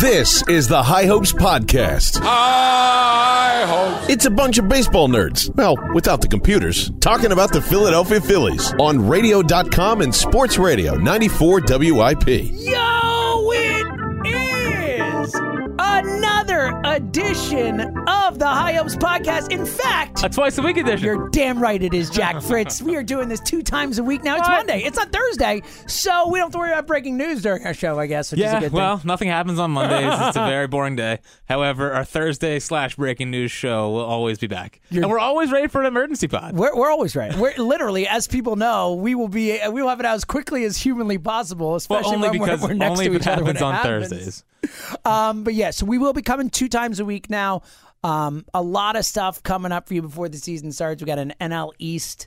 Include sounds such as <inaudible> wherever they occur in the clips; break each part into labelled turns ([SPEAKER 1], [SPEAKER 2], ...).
[SPEAKER 1] This is the High Hopes Podcast.
[SPEAKER 2] I hope.
[SPEAKER 1] It's a bunch of baseball nerds, well, without the computers, talking about the Philadelphia Phillies on radio.com and sports radio 94 WIP.
[SPEAKER 3] Yo, it is another edition of the High Ups Podcast. In fact,
[SPEAKER 4] A twice a week edition.
[SPEAKER 3] you're damn right it is, Jack Fritz. We are doing this two times a week now. It's
[SPEAKER 4] What?
[SPEAKER 3] Monday. It's not Thursday, so we don't have to worry about breaking news during our show, I guess, which is a
[SPEAKER 4] yeah,
[SPEAKER 3] good thing.
[SPEAKER 4] well, nothing happens on Mondays. it's a
[SPEAKER 3] <laughs>
[SPEAKER 4] very boring day. However, our Thursday slash breaking news show will always be back, and we're always ready for an emergency pod.
[SPEAKER 3] We're, we're always right. We're literally, as people know, we will be we will have it out as quickly as humanly possible, especially
[SPEAKER 4] Well, only
[SPEAKER 3] when we're-
[SPEAKER 4] because
[SPEAKER 3] we're, next
[SPEAKER 4] only
[SPEAKER 3] to
[SPEAKER 4] if
[SPEAKER 3] each
[SPEAKER 4] it
[SPEAKER 3] other when
[SPEAKER 4] happens
[SPEAKER 3] it
[SPEAKER 4] on
[SPEAKER 3] happens.
[SPEAKER 4] Thursdays.
[SPEAKER 3] Um, but yes, we will be coming two times a week now. Um, a lot of stuff coming up for you before the season starts. We got an NL East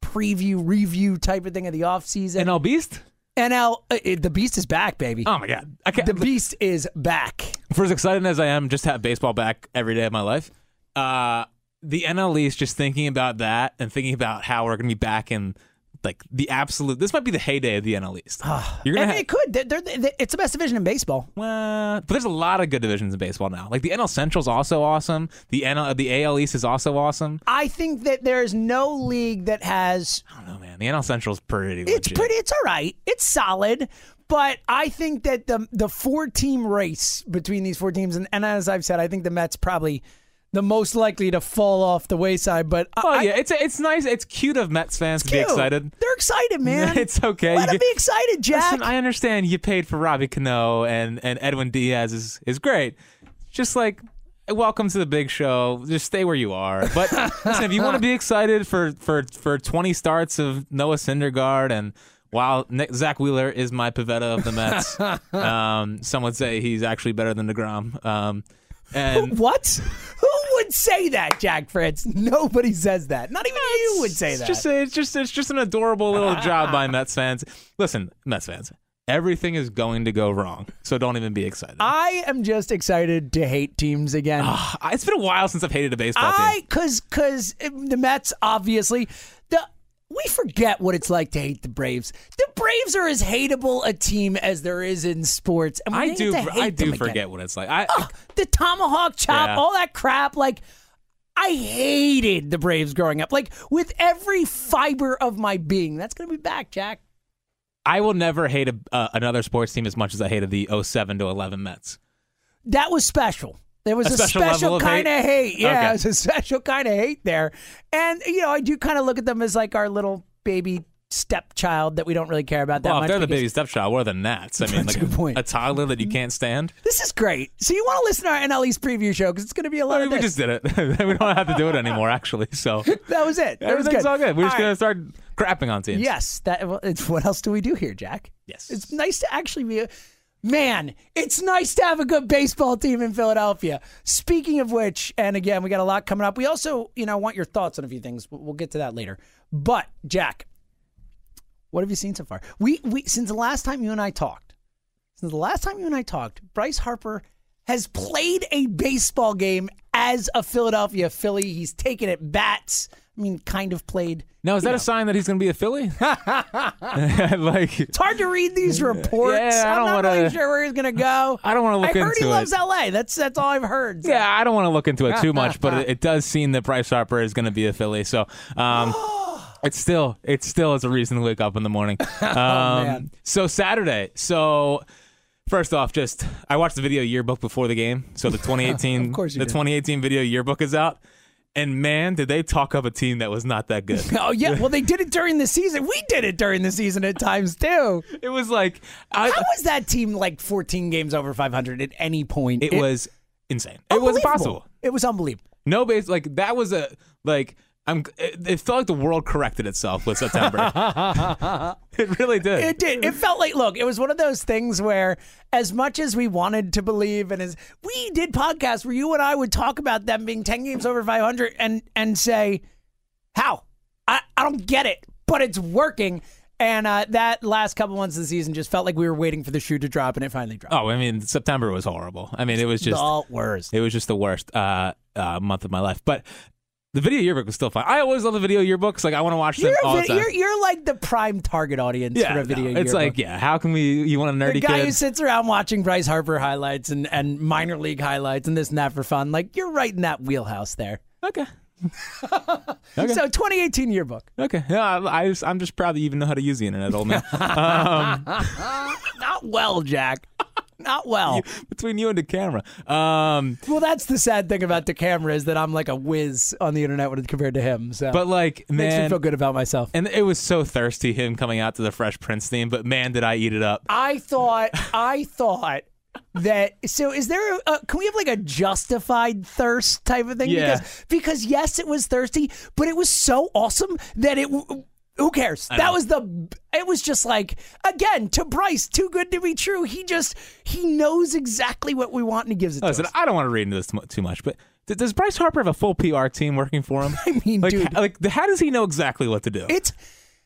[SPEAKER 3] preview, review type of thing of the offseason.
[SPEAKER 4] And
[SPEAKER 3] NL,
[SPEAKER 4] El Beast?
[SPEAKER 3] NL uh, uh, the beast is back, baby.
[SPEAKER 4] Oh my god! I can't,
[SPEAKER 3] the beast is back.
[SPEAKER 4] for as excited as I am, just to have baseball back every day of my life. Uh, the NL East, just thinking about that and thinking about how we're going to be back in like the absolute. This might be the heyday of the NL East. You're
[SPEAKER 3] I
[SPEAKER 4] gonna
[SPEAKER 3] mean,
[SPEAKER 4] have,
[SPEAKER 3] it could. They're, they're- they're- it's the best division in baseball.
[SPEAKER 4] Well, but there's a lot of good divisions in baseball now. Like the NL Central's also awesome. The NL, the AL East is also awesome.
[SPEAKER 3] I think that there is no league that has.
[SPEAKER 4] I don't know, man. The NL Central's pretty.
[SPEAKER 3] It's
[SPEAKER 4] legit.
[SPEAKER 3] pretty. It's all right. It's solid. But I think that the the four team race between these four teams, and, and as I've said, I think the Mets probably the most likely to fall off the wayside. But I-
[SPEAKER 4] Oh
[SPEAKER 3] I,
[SPEAKER 4] yeah, it's it's nice. It's cute of Mets fans to be
[SPEAKER 3] Dude,
[SPEAKER 4] excited.
[SPEAKER 3] They're excited, man.
[SPEAKER 4] <laughs> It's okay.
[SPEAKER 3] Let
[SPEAKER 4] You
[SPEAKER 3] them
[SPEAKER 4] get-
[SPEAKER 3] be excited, Jack.
[SPEAKER 4] Listen, I understand you paid for Robbie Cano and and Edwin Diaz is is great. Just like welcome to the big show. Just stay where you are. But listen, if you want to be excited for for for 20 starts of Noah Syndergaard and while Nick, Zach Wheeler is my Pavetta of the Mets, um, some would say he's actually better than Degrom. Um, and
[SPEAKER 3] what? Who would say that, Jack Fritz? Nobody says that. Not even you would say
[SPEAKER 4] it's
[SPEAKER 3] that.
[SPEAKER 4] Just it's just it's just an adorable little job by Mets fans. Listen, Mets fans, everything is going to go wrong, so don't even be excited.
[SPEAKER 3] I am just excited to hate teams again.
[SPEAKER 4] Ah, it's been a while since I've hated a baseball
[SPEAKER 3] I
[SPEAKER 4] team.
[SPEAKER 3] cuz cuz the Mets obviously the we forget what it's like to hate the Braves. The Braves are as hateable a team as there is in sports, and we
[SPEAKER 4] I
[SPEAKER 3] didn't
[SPEAKER 4] do,
[SPEAKER 3] Get to hate
[SPEAKER 4] I do
[SPEAKER 3] them again.
[SPEAKER 4] forget what it's like. I,
[SPEAKER 3] Ugh, the tomahawk chop,
[SPEAKER 4] Yeah.
[SPEAKER 3] all that crap. Like, I hated the Braves growing up. Like, with every fiber of my being. That's going to be back, Jack.
[SPEAKER 4] I will never hate a, uh, another sports team as much as I hated the 07 to 11 Mets.
[SPEAKER 3] That was special. There was
[SPEAKER 4] A
[SPEAKER 3] a,
[SPEAKER 4] special level
[SPEAKER 3] special
[SPEAKER 4] of
[SPEAKER 3] kind of hate. Yeah,
[SPEAKER 4] Okay.
[SPEAKER 3] it was a <laughs> special kind of hate there. And, you know, I do kind of look at them as like our little baby stepchild that we don't really care about that
[SPEAKER 4] Well,
[SPEAKER 3] much.
[SPEAKER 4] if they're the
[SPEAKER 3] because-
[SPEAKER 4] baby stepchild, what are the Nats? I mean,
[SPEAKER 3] That's
[SPEAKER 4] like
[SPEAKER 3] a good point.
[SPEAKER 4] a toddler that you can't stand.
[SPEAKER 3] This is great. So you want to listen to our NL East preview show because it's going to be a lot
[SPEAKER 4] I mean,
[SPEAKER 3] of
[SPEAKER 4] we
[SPEAKER 3] this.
[SPEAKER 4] just did it. <laughs> we don't have to do it anymore, actually. So
[SPEAKER 3] that was <laughs> it. That was
[SPEAKER 4] everything's
[SPEAKER 3] good.
[SPEAKER 4] all good. We're just
[SPEAKER 3] All right.
[SPEAKER 4] gonna start crapping on teams.
[SPEAKER 3] Yes, that. Well, it's what else do we do here, Jack?
[SPEAKER 4] Yes.
[SPEAKER 3] it's nice to actually be. A, man, it's nice to have a good baseball team in Philadelphia. Speaking of which, and again, we got a lot coming up. We also, you know, want your thoughts on a few things. We'll we'll get to that later. But Jack, what have you seen so far? We we since the last time you and I talked, since the last time you and I talked, Bryce Harper has played a baseball game as a Philadelphia Philly. He's taken it bats. I mean, kind of played.
[SPEAKER 4] Now is that a sign that he's gonna be
[SPEAKER 3] <laughs>
[SPEAKER 4] a Philly? <laughs> like
[SPEAKER 3] It's hard to read these reports.
[SPEAKER 4] Yeah, I
[SPEAKER 3] I'm
[SPEAKER 4] don't
[SPEAKER 3] not
[SPEAKER 4] wanna-
[SPEAKER 3] really sure where he's gonna go.
[SPEAKER 4] <laughs> I don't wanna look
[SPEAKER 3] I heard he
[SPEAKER 4] into
[SPEAKER 3] loves
[SPEAKER 4] it.
[SPEAKER 3] LA. That's that's all I've heard. So-
[SPEAKER 4] Yeah, I don't want to look into it too much, but it, it does seem that Bryce Harper is going to be a Philly. So
[SPEAKER 3] <gasps>
[SPEAKER 4] um, it's still it's still is a reason to wake up in
[SPEAKER 3] <laughs>
[SPEAKER 4] the morning. Um,
[SPEAKER 3] Oh, man.
[SPEAKER 4] So Saturday. So first off, just I watched the video yearbook before the game.
[SPEAKER 3] <laughs>
[SPEAKER 4] So the 2018
[SPEAKER 3] Of course you
[SPEAKER 4] the
[SPEAKER 3] did.
[SPEAKER 4] 2018 video yearbook is out, and man, did they talk up a team that was not
[SPEAKER 3] <laughs>
[SPEAKER 4] that good.
[SPEAKER 3] Oh yeah. Well, they did it during the season. We did it during the season at times too.
[SPEAKER 4] it was like <laughs> I,
[SPEAKER 3] How was that team like 14 games over 500 at any point?
[SPEAKER 4] it was insane. It was
[SPEAKER 3] unbelievable.
[SPEAKER 4] impossible.
[SPEAKER 3] It was unbelievable.
[SPEAKER 4] No base, like that was a like I'm. It, it felt like the world corrected itself
[SPEAKER 3] <laughs>
[SPEAKER 4] with September. it really did.
[SPEAKER 3] It did. It felt like look. It was one of those things where, as much as we wanted to believe, and as we did podcasts where you and I would talk about them being 10 games over 500 and and say, how? I, I don't get it, but it's working. And uh, that last couple months of the season just felt like we were waiting for the shoe to drop, and it finally dropped.
[SPEAKER 4] oh, I mean, September was horrible. I mean, it was just
[SPEAKER 3] the worst.
[SPEAKER 4] it was just the worst uh, uh, month of my life. But The video yearbook was still fun. I always love the video yearbooks. Like I want to watch them
[SPEAKER 3] You're,
[SPEAKER 4] all
[SPEAKER 3] a
[SPEAKER 4] the
[SPEAKER 3] vid-
[SPEAKER 4] time.
[SPEAKER 3] you're, you're like the prime target audience
[SPEAKER 4] yeah,
[SPEAKER 3] for a video.
[SPEAKER 4] no, it's
[SPEAKER 3] yearbook.
[SPEAKER 4] like yeah. How can we? You want a nerdy
[SPEAKER 3] the guy
[SPEAKER 4] kid?
[SPEAKER 3] who sits around watching Bryce Harper highlights and, and minor league highlights and this and that for fun. Like you're right in that wheelhouse there.
[SPEAKER 4] okay. Okay.
[SPEAKER 3] So 2018 yearbook.
[SPEAKER 4] Okay. Yeah, I, I just, I'm just proud that you even know how to use the internet,
[SPEAKER 3] <laughs>
[SPEAKER 4] old man.
[SPEAKER 3] Not well, Jack. Not well.
[SPEAKER 4] Between <laughs> you and the camera. Um,
[SPEAKER 3] well, that's the sad thing about the camera is that I'm like a whiz on the internet when it's compared to him. So
[SPEAKER 4] but like, man,
[SPEAKER 3] makes me feel good about myself.
[SPEAKER 4] and it was so thirsty him coming out to the Fresh Prince theme. But man, did I eat it up.
[SPEAKER 3] I thought I thought that so is there a, can we have like a justified thirst type of thing
[SPEAKER 4] Yeah.
[SPEAKER 3] because because yes it was thirsty but it was so awesome that it w- who cares that was the it was just like again to Bryce too good to be true he just he knows exactly what we want and he gives it to
[SPEAKER 4] Listen,
[SPEAKER 3] us
[SPEAKER 4] I don't want to read into this too much, but th- does Bryce Harper have a full PR team working for him?
[SPEAKER 3] <laughs> I mean,
[SPEAKER 4] like,
[SPEAKER 3] dude.
[SPEAKER 4] h- like, how does he know exactly what to do?
[SPEAKER 3] it's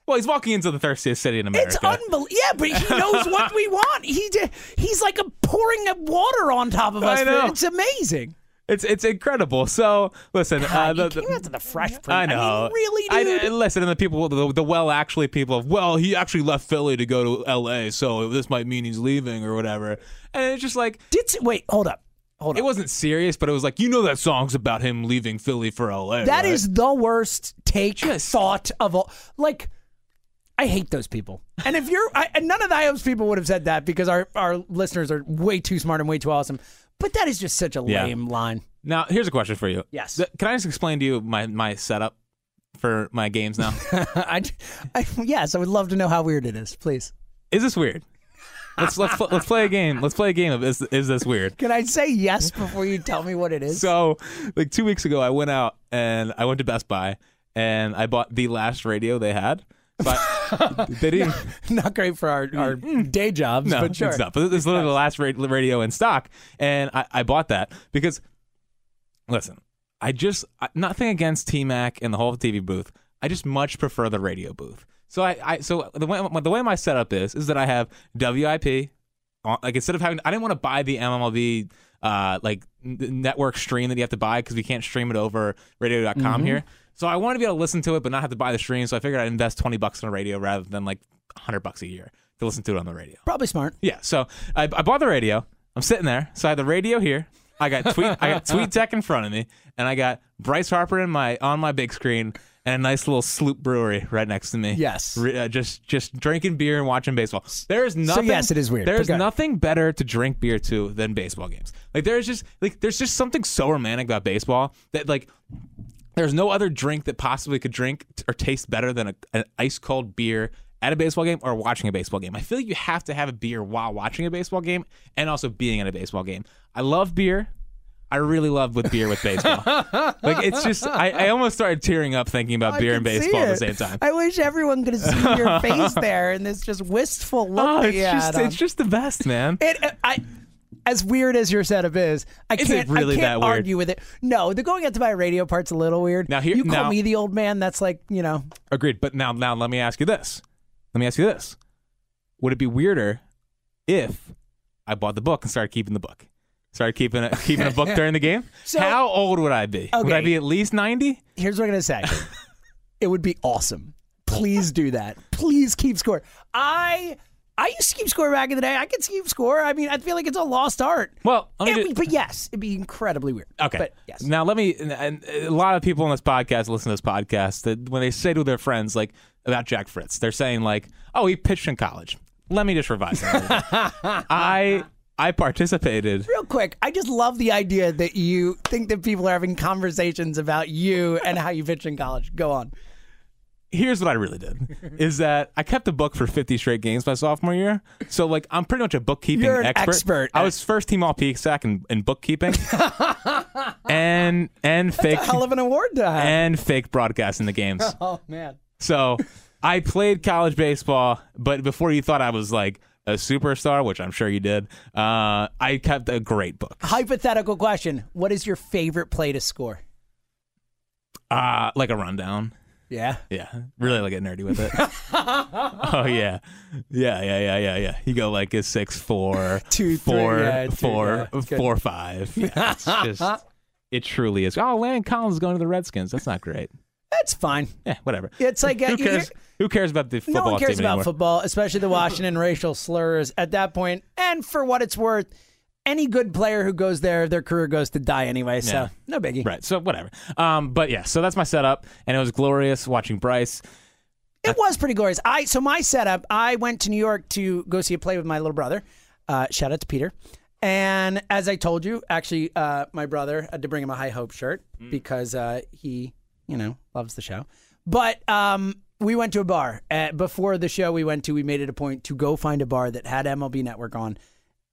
[SPEAKER 4] well, he's walking into the thirstiest city in America.
[SPEAKER 3] It's unbelievable. Yeah, but he knows what we want. He d- he's like a pouring of water on top of us.
[SPEAKER 4] I know.
[SPEAKER 3] It's amazing.
[SPEAKER 4] It's it's incredible. So listen, uh,
[SPEAKER 3] he
[SPEAKER 4] the,
[SPEAKER 3] came out to the fresh print.
[SPEAKER 4] I know.
[SPEAKER 3] mean, really,
[SPEAKER 4] I-
[SPEAKER 3] dude.
[SPEAKER 4] I- listen, and the people, the, the well, actually people of well, he actually left Philly to go to L.A., so this might mean he's leaving or whatever. And it's just like
[SPEAKER 3] Did s- wait, hold up, hold
[SPEAKER 4] it
[SPEAKER 3] up.
[SPEAKER 4] wasn't serious, but it was like you know that song's about him leaving Philly for L.A.
[SPEAKER 3] That
[SPEAKER 4] right?
[SPEAKER 3] is the worst take
[SPEAKER 4] Just-
[SPEAKER 3] thought of all. Like, I hate those people. And if you're, I, and none of the IOPS people would have said that because our our listeners are way too smart and way too awesome. But that is just such a
[SPEAKER 4] Yeah.
[SPEAKER 3] lame line. <laughs>
[SPEAKER 4] Now, here's a question for you.
[SPEAKER 3] Yes.
[SPEAKER 4] Th- can I just explain to you my my setup for my games <laughs> now?
[SPEAKER 3] I, I, yes, I would love to know how weird it is. Please,
[SPEAKER 4] is this weird? Let's let's pl- let's play a game. Let's play a game of is is this weird?
[SPEAKER 3] can I say yes before you tell me what it is?
[SPEAKER 4] <laughs> So, like two weeks ago, I went out and I went to Best Buy and I bought the last radio they had. <laughs> But they didn't.
[SPEAKER 3] Not great for our, our day jobs,
[SPEAKER 4] Mm-hmm. <laughs> No,
[SPEAKER 3] but sure.
[SPEAKER 4] it's not. But it's literally the last ra- radio in stock, and I, I bought that because, listen, I just I, nothing against T Mac and the whole TV booth. I just much prefer the radio booth. So I, I so the way the way my setup is is that I have WIP, on- like instead of having I didn't want to buy the MLB uh like n- network stream that you have to buy because we can't stream it over radio.com here. So I wanted to be able to listen to it but not have to buy the stream. So I figured I'd invest twenty bucks in a radio rather than like hundred bucks a year to listen to it on the radio.
[SPEAKER 3] Probably smart.
[SPEAKER 4] Yeah. So I, I bought the radio. I'm sitting there. So I had the radio here. I got tweet. I got tweet tech in front of me, and I got Bryce Harper in my on my big screen, and a nice little Sloop Brewery right next to me.
[SPEAKER 3] Yes.
[SPEAKER 4] Re- uh, just just drinking beer and watching baseball. There is nothing.
[SPEAKER 3] yes, it is weird,
[SPEAKER 4] There
[SPEAKER 3] but
[SPEAKER 4] is
[SPEAKER 3] go ahead.
[SPEAKER 4] nothing better to drink beer to than baseball games. Like there is just like there's just something so romantic about baseball that like there's no other drink that possibly could drink t- or taste better than a, an ice cold beer at a baseball game or watching a baseball game. I feel like you have to have a beer while watching a baseball game and also being at a baseball game. I love beer. I really love with beer
[SPEAKER 3] <laughs>
[SPEAKER 4] with baseball. like it's just I, I almost started tearing up thinking about
[SPEAKER 3] I
[SPEAKER 4] beer and
[SPEAKER 3] can see
[SPEAKER 4] baseball at the
[SPEAKER 3] it.
[SPEAKER 4] same time.
[SPEAKER 3] I wish everyone could see your
[SPEAKER 4] <laughs>
[SPEAKER 3] face there and this just wistful look.
[SPEAKER 4] Oh,
[SPEAKER 3] that
[SPEAKER 4] it's
[SPEAKER 3] you had
[SPEAKER 4] just
[SPEAKER 3] on.
[SPEAKER 4] it's just the best, man.
[SPEAKER 3] <laughs> It, uh, I, as weird as your setup is, I
[SPEAKER 4] Is it
[SPEAKER 3] can't,
[SPEAKER 4] really
[SPEAKER 3] I
[SPEAKER 4] that
[SPEAKER 3] can't
[SPEAKER 4] weird?
[SPEAKER 3] argue with it. No, the going out to buy radio part's a little weird.
[SPEAKER 4] Now here-
[SPEAKER 3] you call
[SPEAKER 4] now-
[SPEAKER 3] me the old man. That's like you know.
[SPEAKER 4] Agreed. But now, now let me ask you this. Let me ask you this. Would it be weirder if I bought the book and started keeping the book? Started keeping a, keeping a
[SPEAKER 3] <laughs>
[SPEAKER 4] book during the game?
[SPEAKER 3] So-
[SPEAKER 4] How old would I be? Would I
[SPEAKER 3] Okay.
[SPEAKER 4] be at least 90?
[SPEAKER 3] Here's what I'm gonna
[SPEAKER 4] <laughs>
[SPEAKER 3] say. it would be awesome. Please do that. Please keep score. I. I used to keep score back in the day. I could keep score. I mean, I feel like it's a lost art.
[SPEAKER 4] Well, let me
[SPEAKER 3] It'd
[SPEAKER 4] do-
[SPEAKER 3] be- but yes, it'd be incredibly weird.
[SPEAKER 4] Okay.
[SPEAKER 3] But yes.
[SPEAKER 4] Now let me. And, and a lot of people on this podcast listen to this podcast that when they say to their friends like about Jack Fritz, they're saying like, "Oh, he pitched in college." Let me just revise that. a little bit.
[SPEAKER 3] <laughs>
[SPEAKER 4] I I participated
[SPEAKER 3] Real quick, I just love the idea that you think that people are having conversations about you and how you pitched in college. Go on.
[SPEAKER 4] here's what I
[SPEAKER 3] <laughs>
[SPEAKER 4] really did is that I kept a book for 50 straight games my sophomore year. So like I'm pretty much a bookkeeping
[SPEAKER 3] You're an
[SPEAKER 4] expert.
[SPEAKER 3] expert
[SPEAKER 4] I
[SPEAKER 3] at-
[SPEAKER 4] was first team all PSAC in,
[SPEAKER 3] <laughs>
[SPEAKER 4] in bookkeeping and and fake
[SPEAKER 3] Hell of an award to have.
[SPEAKER 4] and fake broadcasting the games.
[SPEAKER 3] <laughs> oh man.
[SPEAKER 4] So I played college baseball, but before you thought I was like a superstar, which I'm sure you did, uh, I kept a great book.
[SPEAKER 3] Hypothetical question: What is your favorite play to score?
[SPEAKER 4] Uh, like a rundown.
[SPEAKER 3] Yeah.
[SPEAKER 4] Yeah, really like get nerdy
[SPEAKER 3] <laughs>
[SPEAKER 4] with it. oh yeah, yeah, yeah, yeah, yeah, yeah. You go like a six four,
[SPEAKER 3] <laughs> Two, three,
[SPEAKER 4] four,
[SPEAKER 3] yeah, two,
[SPEAKER 4] four,
[SPEAKER 3] yeah, good. <laughs>
[SPEAKER 4] four, five. Yeah, it's just It truly is. Oh, Landon Collins is going to the Redskins. That's not great.
[SPEAKER 3] That's fine.
[SPEAKER 4] Yeah, whatever.
[SPEAKER 3] It's like uh,
[SPEAKER 4] who
[SPEAKER 3] you hear-
[SPEAKER 4] cares? Who cares about the football
[SPEAKER 3] no one cares
[SPEAKER 4] team
[SPEAKER 3] about
[SPEAKER 4] anymore?
[SPEAKER 3] football, especially <laughs> the Washington racial slurs at that point. And for what it's worth, any good player who goes there, their career goes to die anyway. So
[SPEAKER 4] Yeah.
[SPEAKER 3] no biggie.
[SPEAKER 4] Right. So whatever. Um, but yeah. So that's my setup, and it was glorious watching Bryce.
[SPEAKER 3] It was pretty glorious. I so my setup. I went to New York to go see a play with my little brother. Uh, shout out to Peter. And as I told you, actually, uh, my brother had to bring him a High Hope shirt because uh, he, you know, loves the show. But um, we went to a bar uh, before the show. We went to. We made it a point to go find a bar that had MLB Network on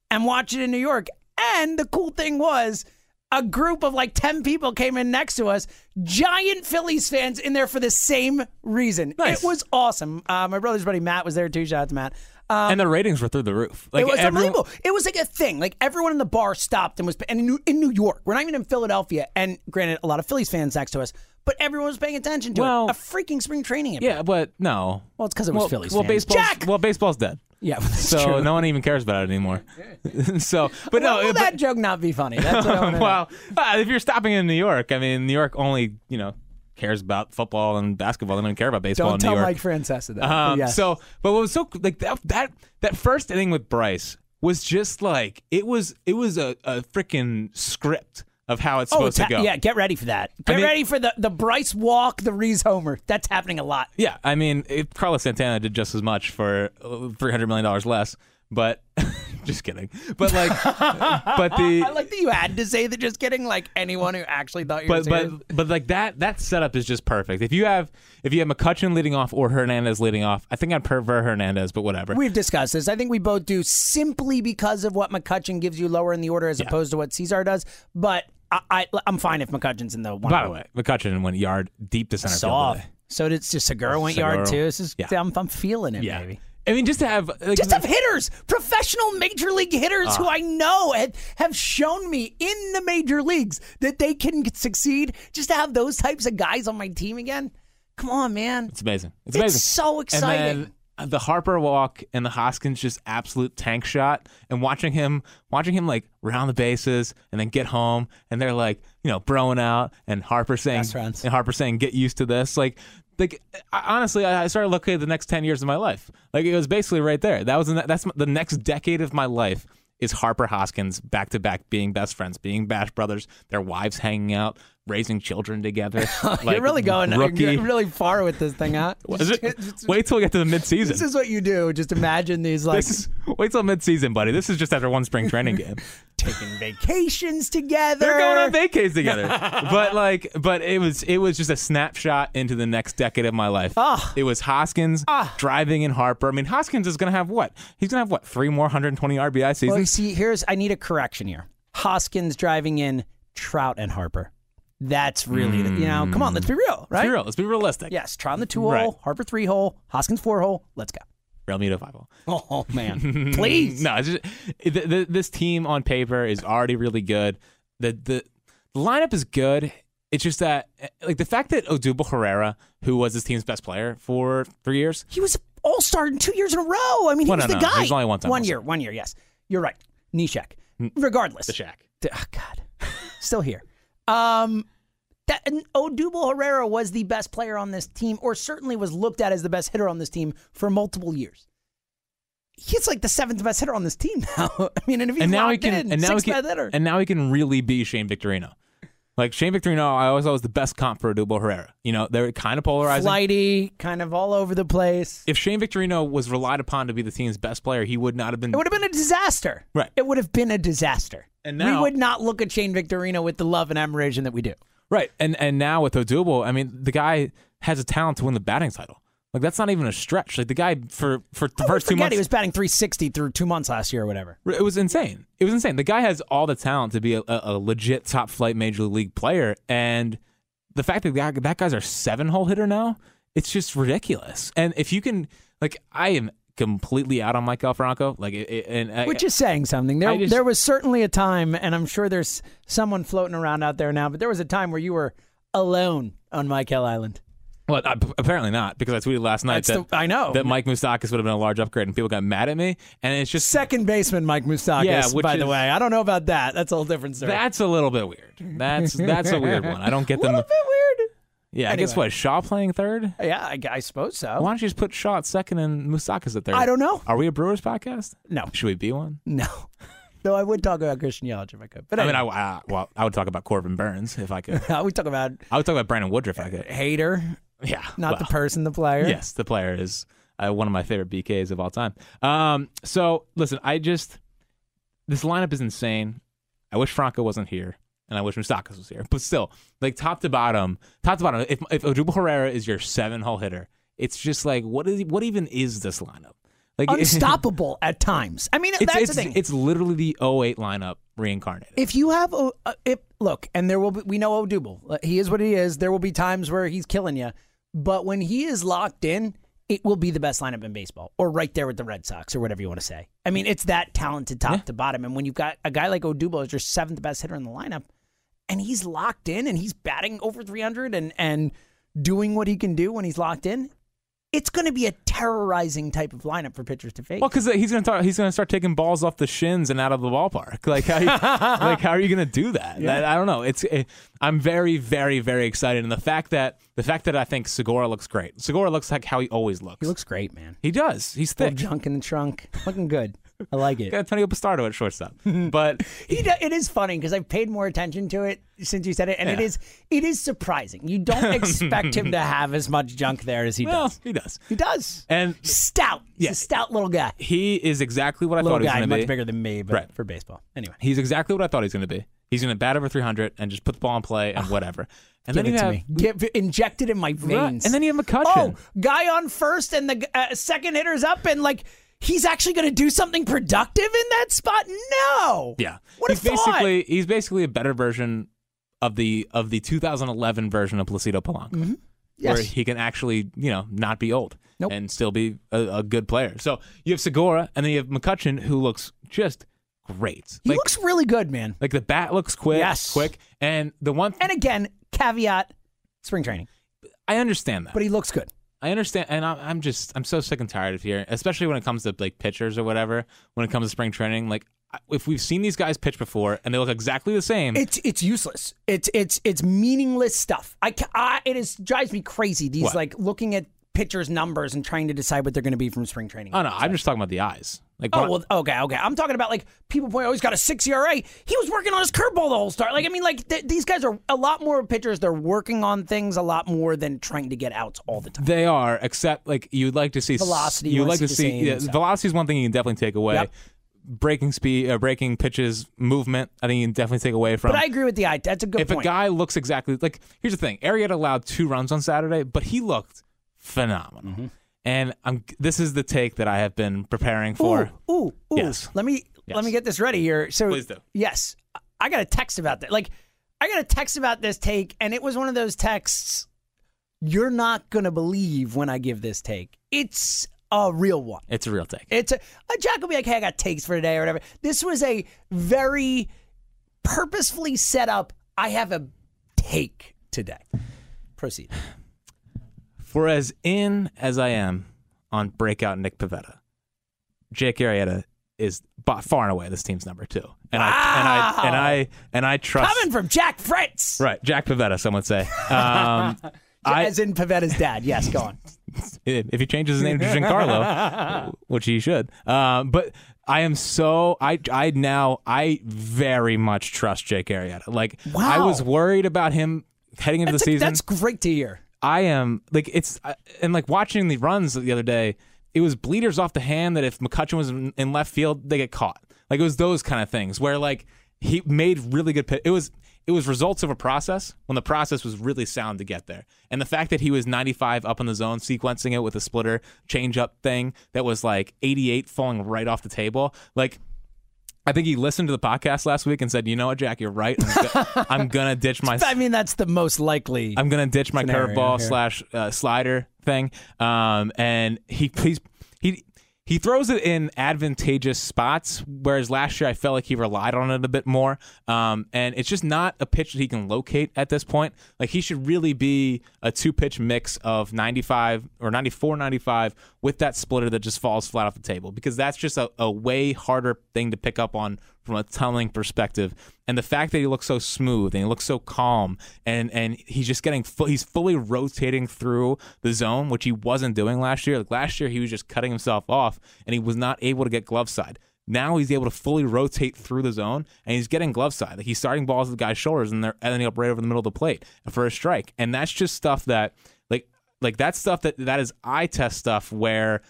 [SPEAKER 3] and watch it in New York. And the cool thing was, a group of like 10 people came in next to us, giant Phillies fans in there for the same reason.
[SPEAKER 4] Nice.
[SPEAKER 3] It was awesome. Uh, my brother's buddy Matt was there too. Shout out to Matt. Um,
[SPEAKER 4] and the ratings were through the roof. Like
[SPEAKER 3] it was
[SPEAKER 4] everyone-
[SPEAKER 3] unbelievable. It was like a thing. Like everyone in the bar stopped and was and in, New, in New York. We're not even in Philadelphia. And granted, a lot of Phillies fans next to us, but everyone was paying attention to
[SPEAKER 4] Well-
[SPEAKER 3] it. A freaking spring training. event.
[SPEAKER 4] Yeah, but no.
[SPEAKER 3] Well, it's because it was Phillies.
[SPEAKER 4] well,
[SPEAKER 3] fans.
[SPEAKER 4] baseball's,
[SPEAKER 3] Jack.
[SPEAKER 4] Well, baseball's dead. <laughs>
[SPEAKER 3] yeah. That's
[SPEAKER 4] So
[SPEAKER 3] true.
[SPEAKER 4] no one even cares about it anymore. <laughs> so, but
[SPEAKER 3] Well,
[SPEAKER 4] no,
[SPEAKER 3] will
[SPEAKER 4] but-
[SPEAKER 3] that joke not be funny? That's
[SPEAKER 4] <laughs>
[SPEAKER 3] what I want to
[SPEAKER 4] well, uh, if you're stopping in New York, I mean, New York only you know cares about football and basketball. They don't care about baseball
[SPEAKER 3] Don't
[SPEAKER 4] in
[SPEAKER 3] tell
[SPEAKER 4] New York.
[SPEAKER 3] Mike Francesa that.
[SPEAKER 4] Um,
[SPEAKER 3] Yes.
[SPEAKER 4] So, but what was so like that that that first inning with Bryce was just like it was it was a, a freaking script of how it's supposed
[SPEAKER 3] it's
[SPEAKER 4] to
[SPEAKER 3] ha-
[SPEAKER 4] go.
[SPEAKER 3] Oh, Yeah, get ready for that. Get
[SPEAKER 4] mean-
[SPEAKER 3] ready for the, the Bryce walk, the Reese homer. That's happening a lot.
[SPEAKER 4] Yeah, I mean, it, Carlos Santana did just as much for uh, three hundred million dollars less, but <laughs> just kidding. But
[SPEAKER 3] <laughs>
[SPEAKER 4] like, but the
[SPEAKER 3] I like that you had to say that. Just kidding. Like anyone who actually thought you were
[SPEAKER 4] but
[SPEAKER 3] serious.
[SPEAKER 4] but but like that that setup is just perfect. If you have if you have McCutcheon leading off or Hernandez leading off, I think I'd prefer Hernandez, but whatever.
[SPEAKER 3] We've discussed this. I think we both do simply because of what McCutcheon gives you lower in the order as opposed to what Cesar does. But I, I I'm fine if McCutcheon's in the one.
[SPEAKER 4] By the way, McCutcheon went yard deep to center field.
[SPEAKER 3] soft.
[SPEAKER 4] today.
[SPEAKER 3] So did just Segura went yard
[SPEAKER 4] Segura.
[SPEAKER 3] too. This is
[SPEAKER 4] Yeah.
[SPEAKER 3] I'm, I'm feeling it,
[SPEAKER 4] Yeah,
[SPEAKER 3] baby.
[SPEAKER 4] I mean, just to have like,
[SPEAKER 3] Just have hitters, professional major league hitters who
[SPEAKER 4] Ah.
[SPEAKER 3] I know had, have shown me in the major leagues that they can succeed. Just to have those types of guys on my team again, come on, man!
[SPEAKER 4] It's amazing. It's
[SPEAKER 3] It's
[SPEAKER 4] amazing.
[SPEAKER 3] so
[SPEAKER 4] And
[SPEAKER 3] exciting.
[SPEAKER 4] then uh, the Harper walk and the Hoskins just absolute tank shot, and watching him, watching him like round the bases and then get home, and they're like, you know, broing out, and Harper saying,
[SPEAKER 3] Best friends.
[SPEAKER 4] and Harper saying, get used to this. Like, like I, honestly, I I started looking at the next ten years of my life. Like it was basically right there. That was the ne- that's m- the next decade of my life. Is Harper Hoskins back to back being best friends, being Bash brothers, their wives hanging out, raising children together?
[SPEAKER 3] <laughs>
[SPEAKER 4] like,
[SPEAKER 3] You're really going you're
[SPEAKER 4] rookie.
[SPEAKER 3] really far with this thing, huh?
[SPEAKER 4] <laughs> Is it- wait till we get to the midseason.
[SPEAKER 3] This is what you do. Just imagine these like
[SPEAKER 4] This <laughs> is- wait till midseason, buddy. This is just after one spring training game.
[SPEAKER 3] <laughs> taking vacations together.
[SPEAKER 4] They're going on
[SPEAKER 3] <laughs>
[SPEAKER 4] vacays together. but like, but it was it was just a snapshot into the next decade of my life.
[SPEAKER 3] Ah.
[SPEAKER 4] It was Hoskins driving in Harper. I mean, Hoskins is gonna have what? He's gonna have what? Three more 120 RBI
[SPEAKER 3] Well, you
[SPEAKER 4] seasons.
[SPEAKER 3] see, here's I need a correction here. Hoskins driving in Trout and Harper. That's really the, you know. Come on, let's be real, right?
[SPEAKER 4] Let's be real. Let's be realistic.
[SPEAKER 3] Yes, Trout in the two hole,
[SPEAKER 4] Right.
[SPEAKER 3] Harper three hole, Hoskins four hole. Let's go.
[SPEAKER 4] Real Muto five hole.
[SPEAKER 3] Oh man, please.
[SPEAKER 4] <laughs> No, it's just, th- th- this team on paper is already really good. The, the the lineup is good. It's just that, eh, like, the fact that Odubel Herrera, who was this team's best player for three years,
[SPEAKER 3] He was all star in two years in a row. I mean, he
[SPEAKER 4] Well,
[SPEAKER 3] was
[SPEAKER 4] no,
[SPEAKER 3] the
[SPEAKER 4] no,
[SPEAKER 3] guy.
[SPEAKER 4] there's only one time
[SPEAKER 3] One
[SPEAKER 4] also.
[SPEAKER 3] year. One year. Yes, you're right. Nishak.
[SPEAKER 4] Mm.
[SPEAKER 3] Regardless,
[SPEAKER 4] Shaq.
[SPEAKER 3] D- oh, God, still here. Um, that and Odubel Herrera was the best player on this team, or certainly was looked at as the best hitter on this team for multiple years. He's like the seventh best hitter on this team now. <laughs> I mean, and if he's
[SPEAKER 4] And now he
[SPEAKER 3] locked
[SPEAKER 4] can,
[SPEAKER 3] in,
[SPEAKER 4] and now he
[SPEAKER 3] sixth best
[SPEAKER 4] can,
[SPEAKER 3] hitter.
[SPEAKER 4] and now he can really be Shane Victorino. Like Shane Victorino, I always thought was the best comp for Odubel Herrera. You know, they're kind of polarizing.
[SPEAKER 3] Flighty, kind of all over the place.
[SPEAKER 4] If Shane Victorino was relied upon to be the team's best player, he would not have been.
[SPEAKER 3] It would have been a disaster.
[SPEAKER 4] Right.
[SPEAKER 3] It would have been a disaster.
[SPEAKER 4] And now-
[SPEAKER 3] we would not look at Shane Victorino with the love and admiration that we do.
[SPEAKER 4] Right, and and now with Odubel, I mean, the guy has a talent to win the batting title. Like that's not even a stretch. Like the guy for for the
[SPEAKER 3] I
[SPEAKER 4] first two
[SPEAKER 3] Oh, forget
[SPEAKER 4] months,
[SPEAKER 3] he was batting 360 through two months last year or whatever.
[SPEAKER 4] it was insane. It was insane. The guy has all the talent to be a, a, a legit top flight major league player, and the fact that that, that guy's our seven hole hitter now, it's just ridiculous. And if you can, like, I am completely out on Mike Alfranco. Like, it, it- and uh, I-
[SPEAKER 3] Which is saying something. There,
[SPEAKER 4] I just-
[SPEAKER 3] there was certainly a time, and I'm sure there's someone floating around out there now, but there was a time where you were alone on Michael Island.
[SPEAKER 4] Well, I, apparently not, because I tweeted last night
[SPEAKER 3] That's
[SPEAKER 4] that
[SPEAKER 3] the- I oh, know.
[SPEAKER 4] that Mike Moustakis would have been a large upgrade, and people got mad at me. And it's just
[SPEAKER 3] Second baseman Mike Moustakis,
[SPEAKER 4] Yeah, which
[SPEAKER 3] by the
[SPEAKER 4] is-
[SPEAKER 3] way. I don't know about that. That's a whole different story.
[SPEAKER 4] that's a little bit weird.
[SPEAKER 3] <laughs>
[SPEAKER 4] That's that's a weird one. I don't get
[SPEAKER 3] a little
[SPEAKER 4] them.
[SPEAKER 3] bit weird.
[SPEAKER 4] Yeah, I guess
[SPEAKER 3] Anyway.
[SPEAKER 4] what Shaw playing third.
[SPEAKER 3] Yeah, I, I suppose so.
[SPEAKER 4] Why don't you just put Shaw at second and Moustakis at third?
[SPEAKER 3] I don't know.
[SPEAKER 4] Are we a Brewers podcast?
[SPEAKER 3] No.
[SPEAKER 4] Should we be one?
[SPEAKER 3] No. <laughs> Though I would talk about Christian Yelich if I could. But
[SPEAKER 4] I mean,
[SPEAKER 3] anyway,
[SPEAKER 4] I, I well, I would talk about Corbin Burns if I could.
[SPEAKER 3] <laughs> we talk about
[SPEAKER 4] I would talk about Brandon Woodruff if
[SPEAKER 3] <laughs>
[SPEAKER 4] I could.
[SPEAKER 3] hater,
[SPEAKER 4] Yeah,
[SPEAKER 3] not the
[SPEAKER 4] well,
[SPEAKER 3] person, the player.
[SPEAKER 4] Yes, the player is uh, one of my favorite BKs of all time. Um, so listen, I just this lineup is insane. I wish Franco wasn't here, and I wish Mustakas was here. <laughs> But still, like top to bottom, top to bottom, if if Odubel Herrera is your seven hole hitter, it's just like what is what even is this lineup?
[SPEAKER 3] <laughs>
[SPEAKER 4] Like <laughs>
[SPEAKER 3] Unstoppable at times. I mean,
[SPEAKER 4] It's
[SPEAKER 3] that's
[SPEAKER 4] it's,
[SPEAKER 3] the thing.
[SPEAKER 4] it's literally the 08 lineup reincarnated.
[SPEAKER 3] if you have a, a if, look, and there will be, we know Odubel. Uh, He is what he is. There will be times where he's killing you, but when he is locked in, it will be the best lineup in baseball, or right there with the Red Sox, or whatever you want to say. I mean, it's that talented top to bottom, and when you've got a guy like Odubel as your seventh best hitter in the lineup, and he's locked in, and he's batting over 300, and and doing what he can do when he's locked in, it's going to be a terrorizing type of lineup for pitchers to face.
[SPEAKER 4] Well, because he's gonna start, he's gonna start taking balls off the shins and out of the ballpark. Like,
[SPEAKER 3] <laughs>
[SPEAKER 4] how, like how are you gonna do that? That- I don't know. It's it, I'm very, very, very excited, and the fact that the fact that I think Segura looks great. Segura looks like how he always looks.
[SPEAKER 3] he looks great, man.
[SPEAKER 4] He does. He's
[SPEAKER 3] Old
[SPEAKER 4] thick.
[SPEAKER 3] junk in the trunk, looking good. I like it.
[SPEAKER 4] Got Antonio Bastardo at shortstop, but
[SPEAKER 3] <laughs> He do- it is funny because I've paid more attention to it since you said it, and it
[SPEAKER 4] Yeah.
[SPEAKER 3] is it is surprising. You don't expect him to have as much junk there as he
[SPEAKER 4] well,
[SPEAKER 3] does.
[SPEAKER 4] he does.
[SPEAKER 3] He does.
[SPEAKER 4] And
[SPEAKER 3] Stout. He's
[SPEAKER 4] Yeah.
[SPEAKER 3] a stout little guy.
[SPEAKER 4] he is exactly what I
[SPEAKER 3] Little
[SPEAKER 4] thought he was
[SPEAKER 3] guy,
[SPEAKER 4] gonna
[SPEAKER 3] much
[SPEAKER 4] be.
[SPEAKER 3] bigger than me, but
[SPEAKER 4] Right.
[SPEAKER 3] for baseball. Anyway,
[SPEAKER 4] He's exactly what I thought he was gonna be. He's gonna bat over 300 and just put the ball in play and whatever. And
[SPEAKER 3] Ah, give
[SPEAKER 4] then
[SPEAKER 3] it
[SPEAKER 4] you
[SPEAKER 3] to
[SPEAKER 4] have
[SPEAKER 3] me. Give, inject it in my veins.
[SPEAKER 4] Right. and then you have
[SPEAKER 3] oh,
[SPEAKER 4] McCutcheon.
[SPEAKER 3] guy on first, and the uh, second hitter's up, and like he's actually going to do something productive in that spot. No.
[SPEAKER 4] Yeah.
[SPEAKER 3] What
[SPEAKER 4] he's
[SPEAKER 3] a thought.
[SPEAKER 4] basically he's basically a better version of the of the 2011 version of Placido Polanco, where
[SPEAKER 3] Mm-hmm. Yes.
[SPEAKER 4] he can actually you know not be old
[SPEAKER 3] Nope.
[SPEAKER 4] and still be a, a good player. So you have Segura and then you have McCutcheon who looks just great.
[SPEAKER 3] He
[SPEAKER 4] like
[SPEAKER 3] looks really good, man.
[SPEAKER 4] like the bat looks quick,
[SPEAKER 3] Yes.
[SPEAKER 4] quick, and the one
[SPEAKER 3] And again, caveat: spring training,
[SPEAKER 4] I understand that.
[SPEAKER 3] but he looks good.
[SPEAKER 4] I understand, and I'm, I'm just I'm so sick and tired of here, especially when it comes to like pitchers or whatever. When it comes to spring training, like I- if we've seen these guys pitch before and they look exactly the same,
[SPEAKER 3] It's it's useless. It's it's it's meaningless stuff. I, ca- I it is drives me crazy. These
[SPEAKER 4] What?
[SPEAKER 3] like looking at pitchers' numbers and trying to decide what they're going to be from spring training.
[SPEAKER 4] oh no, I'm just talking about the eyes. Like when I-
[SPEAKER 3] Oh well, okay, okay. I'm talking about like people point. Oh, he's got a six ERA. He was working on his curveball the whole start. Like I mean, like th- these guys are a lot more pitchers. They're working on things a lot more than trying to get outs all the time.
[SPEAKER 4] They are, except like you'd like to see s-
[SPEAKER 3] Velocity, you
[SPEAKER 4] You'd
[SPEAKER 3] wanna
[SPEAKER 4] like
[SPEAKER 3] see
[SPEAKER 4] to
[SPEAKER 3] the
[SPEAKER 4] see
[SPEAKER 3] same
[SPEAKER 4] yeah,
[SPEAKER 3] stuff.
[SPEAKER 4] velocity is one thing you can definitely take away.
[SPEAKER 3] Yep.
[SPEAKER 4] Breaking speed, uh, breaking pitches, movement. I think you can definitely take away from.
[SPEAKER 3] But I agree with the eye. That's a good
[SPEAKER 4] if
[SPEAKER 3] point.
[SPEAKER 4] a guy looks exactly like, here's the thing: Arietta allowed two runs on Saturday, but he looked phenomenal.
[SPEAKER 3] Mm-hmm.
[SPEAKER 4] And I'm this is the take that I have been preparing for.
[SPEAKER 3] Ooh, ooh, ooh.
[SPEAKER 4] Yes.
[SPEAKER 3] Let me let
[SPEAKER 4] Yes.
[SPEAKER 3] me get this ready here. So
[SPEAKER 4] Please do.
[SPEAKER 3] Yes, I- I got a text about that. Like, I got a text about this take, and it was one of those texts you're not gonna believe when I give this take. It's a real one.
[SPEAKER 4] It's a real take.
[SPEAKER 3] It's a, a Jack will be like, "Hey, I got takes for today" or whatever. This was a very purposefully set up. I have a take today. Proceed.
[SPEAKER 4] For as in as I am on breakout Nick Pavetta, Jake Arrieta is by far and away this team's number two. And I and I and I and I trust
[SPEAKER 3] Coming from Jack Fritz,
[SPEAKER 4] Right, Jack Pavetta, some would say.
[SPEAKER 3] <laughs>
[SPEAKER 4] Um, I-
[SPEAKER 3] as in Pavetta's dad. Yes, go
[SPEAKER 4] <laughs>
[SPEAKER 3] on.
[SPEAKER 4] if he changes his name to
[SPEAKER 3] <laughs>
[SPEAKER 4] Giancarlo, which he should. Um, but I am so I I now I very much trust Jake Arrieta. Like I
[SPEAKER 3] Wow.
[SPEAKER 4] was worried about him heading into
[SPEAKER 3] That's,
[SPEAKER 4] the season.
[SPEAKER 3] that's great to hear.
[SPEAKER 4] I am like it's I- and like watching the runs the other day, it was bleeders off the hand that if McCutcheon was in in left field, they get caught. Like it was those kind of things where like he made really good pit. It was it was results of a process when the process was really sound to get there. And the fact that he was 95 up in the zone, sequencing it with a splitter change up thing that was like 88 falling right off the table, like. I think he listened to the podcast last week and said, "You know what, Jack? You're right. I'm, go- I'm gonna ditch my
[SPEAKER 3] I mean, that's the most likely.
[SPEAKER 4] I'm gonna ditch my
[SPEAKER 3] scenario
[SPEAKER 4] curveball
[SPEAKER 3] here.
[SPEAKER 4] slash uh, slider thing. Um, and he please he He throws it in advantageous spots, whereas last year I felt like he relied on it a bit more. Um, and it's just not a pitch that he can locate at this point. Like he should really be a two pitch mix of 95 or 94, 95 with that splitter that just falls flat off the table because that's just a, a way harder thing to pick up on from a tunneling perspective. And the fact that he looks so smooth and he looks so calm and and he's just getting fu- he's fully rotating through the zone, which he wasn't doing last year. Like last year, he was just cutting himself off and he was not able to get glove side. Now he's able to fully rotate through the zone and he's getting glove side. Like he's starting balls with the guy's shoulders and they're ending up right over the middle of the plate for a strike. And that's just stuff that like like that's stuff that that is eye test stuff where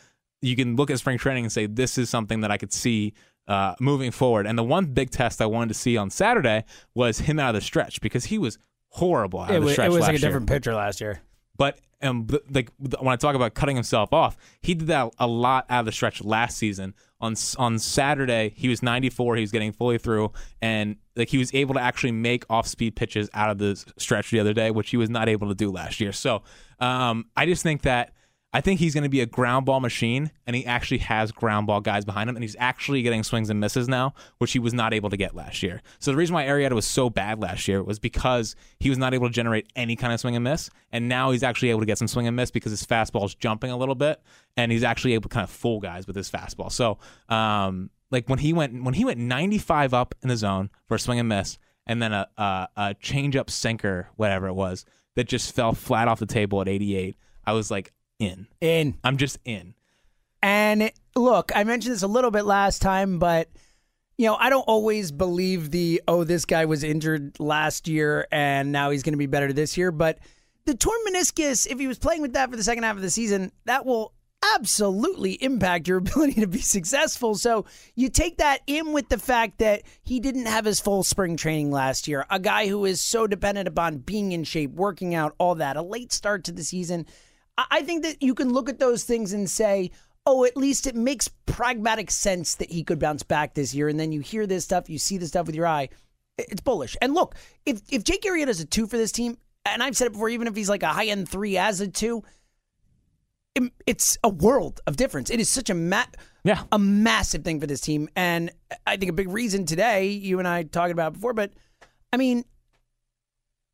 [SPEAKER 4] you can look at spring training and say this is something that I could see uh, moving forward. And the one big test I wanted to see on Saturday was him out of the stretch because he was horrible out
[SPEAKER 3] It
[SPEAKER 4] of the
[SPEAKER 3] was,
[SPEAKER 4] stretch
[SPEAKER 3] it was
[SPEAKER 4] last
[SPEAKER 3] like a
[SPEAKER 4] year.
[SPEAKER 3] different pitcher last year.
[SPEAKER 4] But um, th- like th- when I talk about cutting himself off, he did that a lot out of the stretch last season. On s- on Saturday, he was 94. He was getting fully through, and like he was able to actually make off speed pitches out of the s- stretch the other day, which he was not able to do last year. So um, I just think that. I think he's going to be a ground ball machine, and he actually has ground ball guys behind him, and he's actually getting swings and misses now, which he was not able to get last year. So the reason why Arietta was so bad last year was because he was not able to generate any kind of swing and miss, and now he's actually able to get some swing and miss because his fastball is jumping a little bit, and he's actually able to kind of fool guys with his fastball. So, um, like when he went when he went 95 up in the zone for a swing and miss, and then a a, a change up sinker, whatever it was, that just fell flat off the table at 88. I was like in.
[SPEAKER 3] In
[SPEAKER 4] I'm just in.
[SPEAKER 3] And it- look, I mentioned this a little bit last time, but you know, I don't always believe the oh, this guy was injured last year and now he's going to be better this year. But the torn meniscus, if he was playing with that for the second half of the season, that will absolutely impact your <laughs> ability to be successful. So you take that in with the fact that he didn't have his full spring training last year. A guy who is so dependent upon being in shape, working out, all that, a late start to the season. I- I think that you can look at those things and say, oh, at least it makes pragmatic sense that he could bounce back this year. And then you hear this stuff, you see this stuff with your eye. I- It's bullish. And look, if, if Jake Arrieta is a two for this team, and I've said it before, even if he's like a high end three as a two, it- it's a world of difference. It is such a ma-
[SPEAKER 4] Yeah.
[SPEAKER 3] a massive thing for this team. And I think a big reason today, you and I talking about it before, but I mean,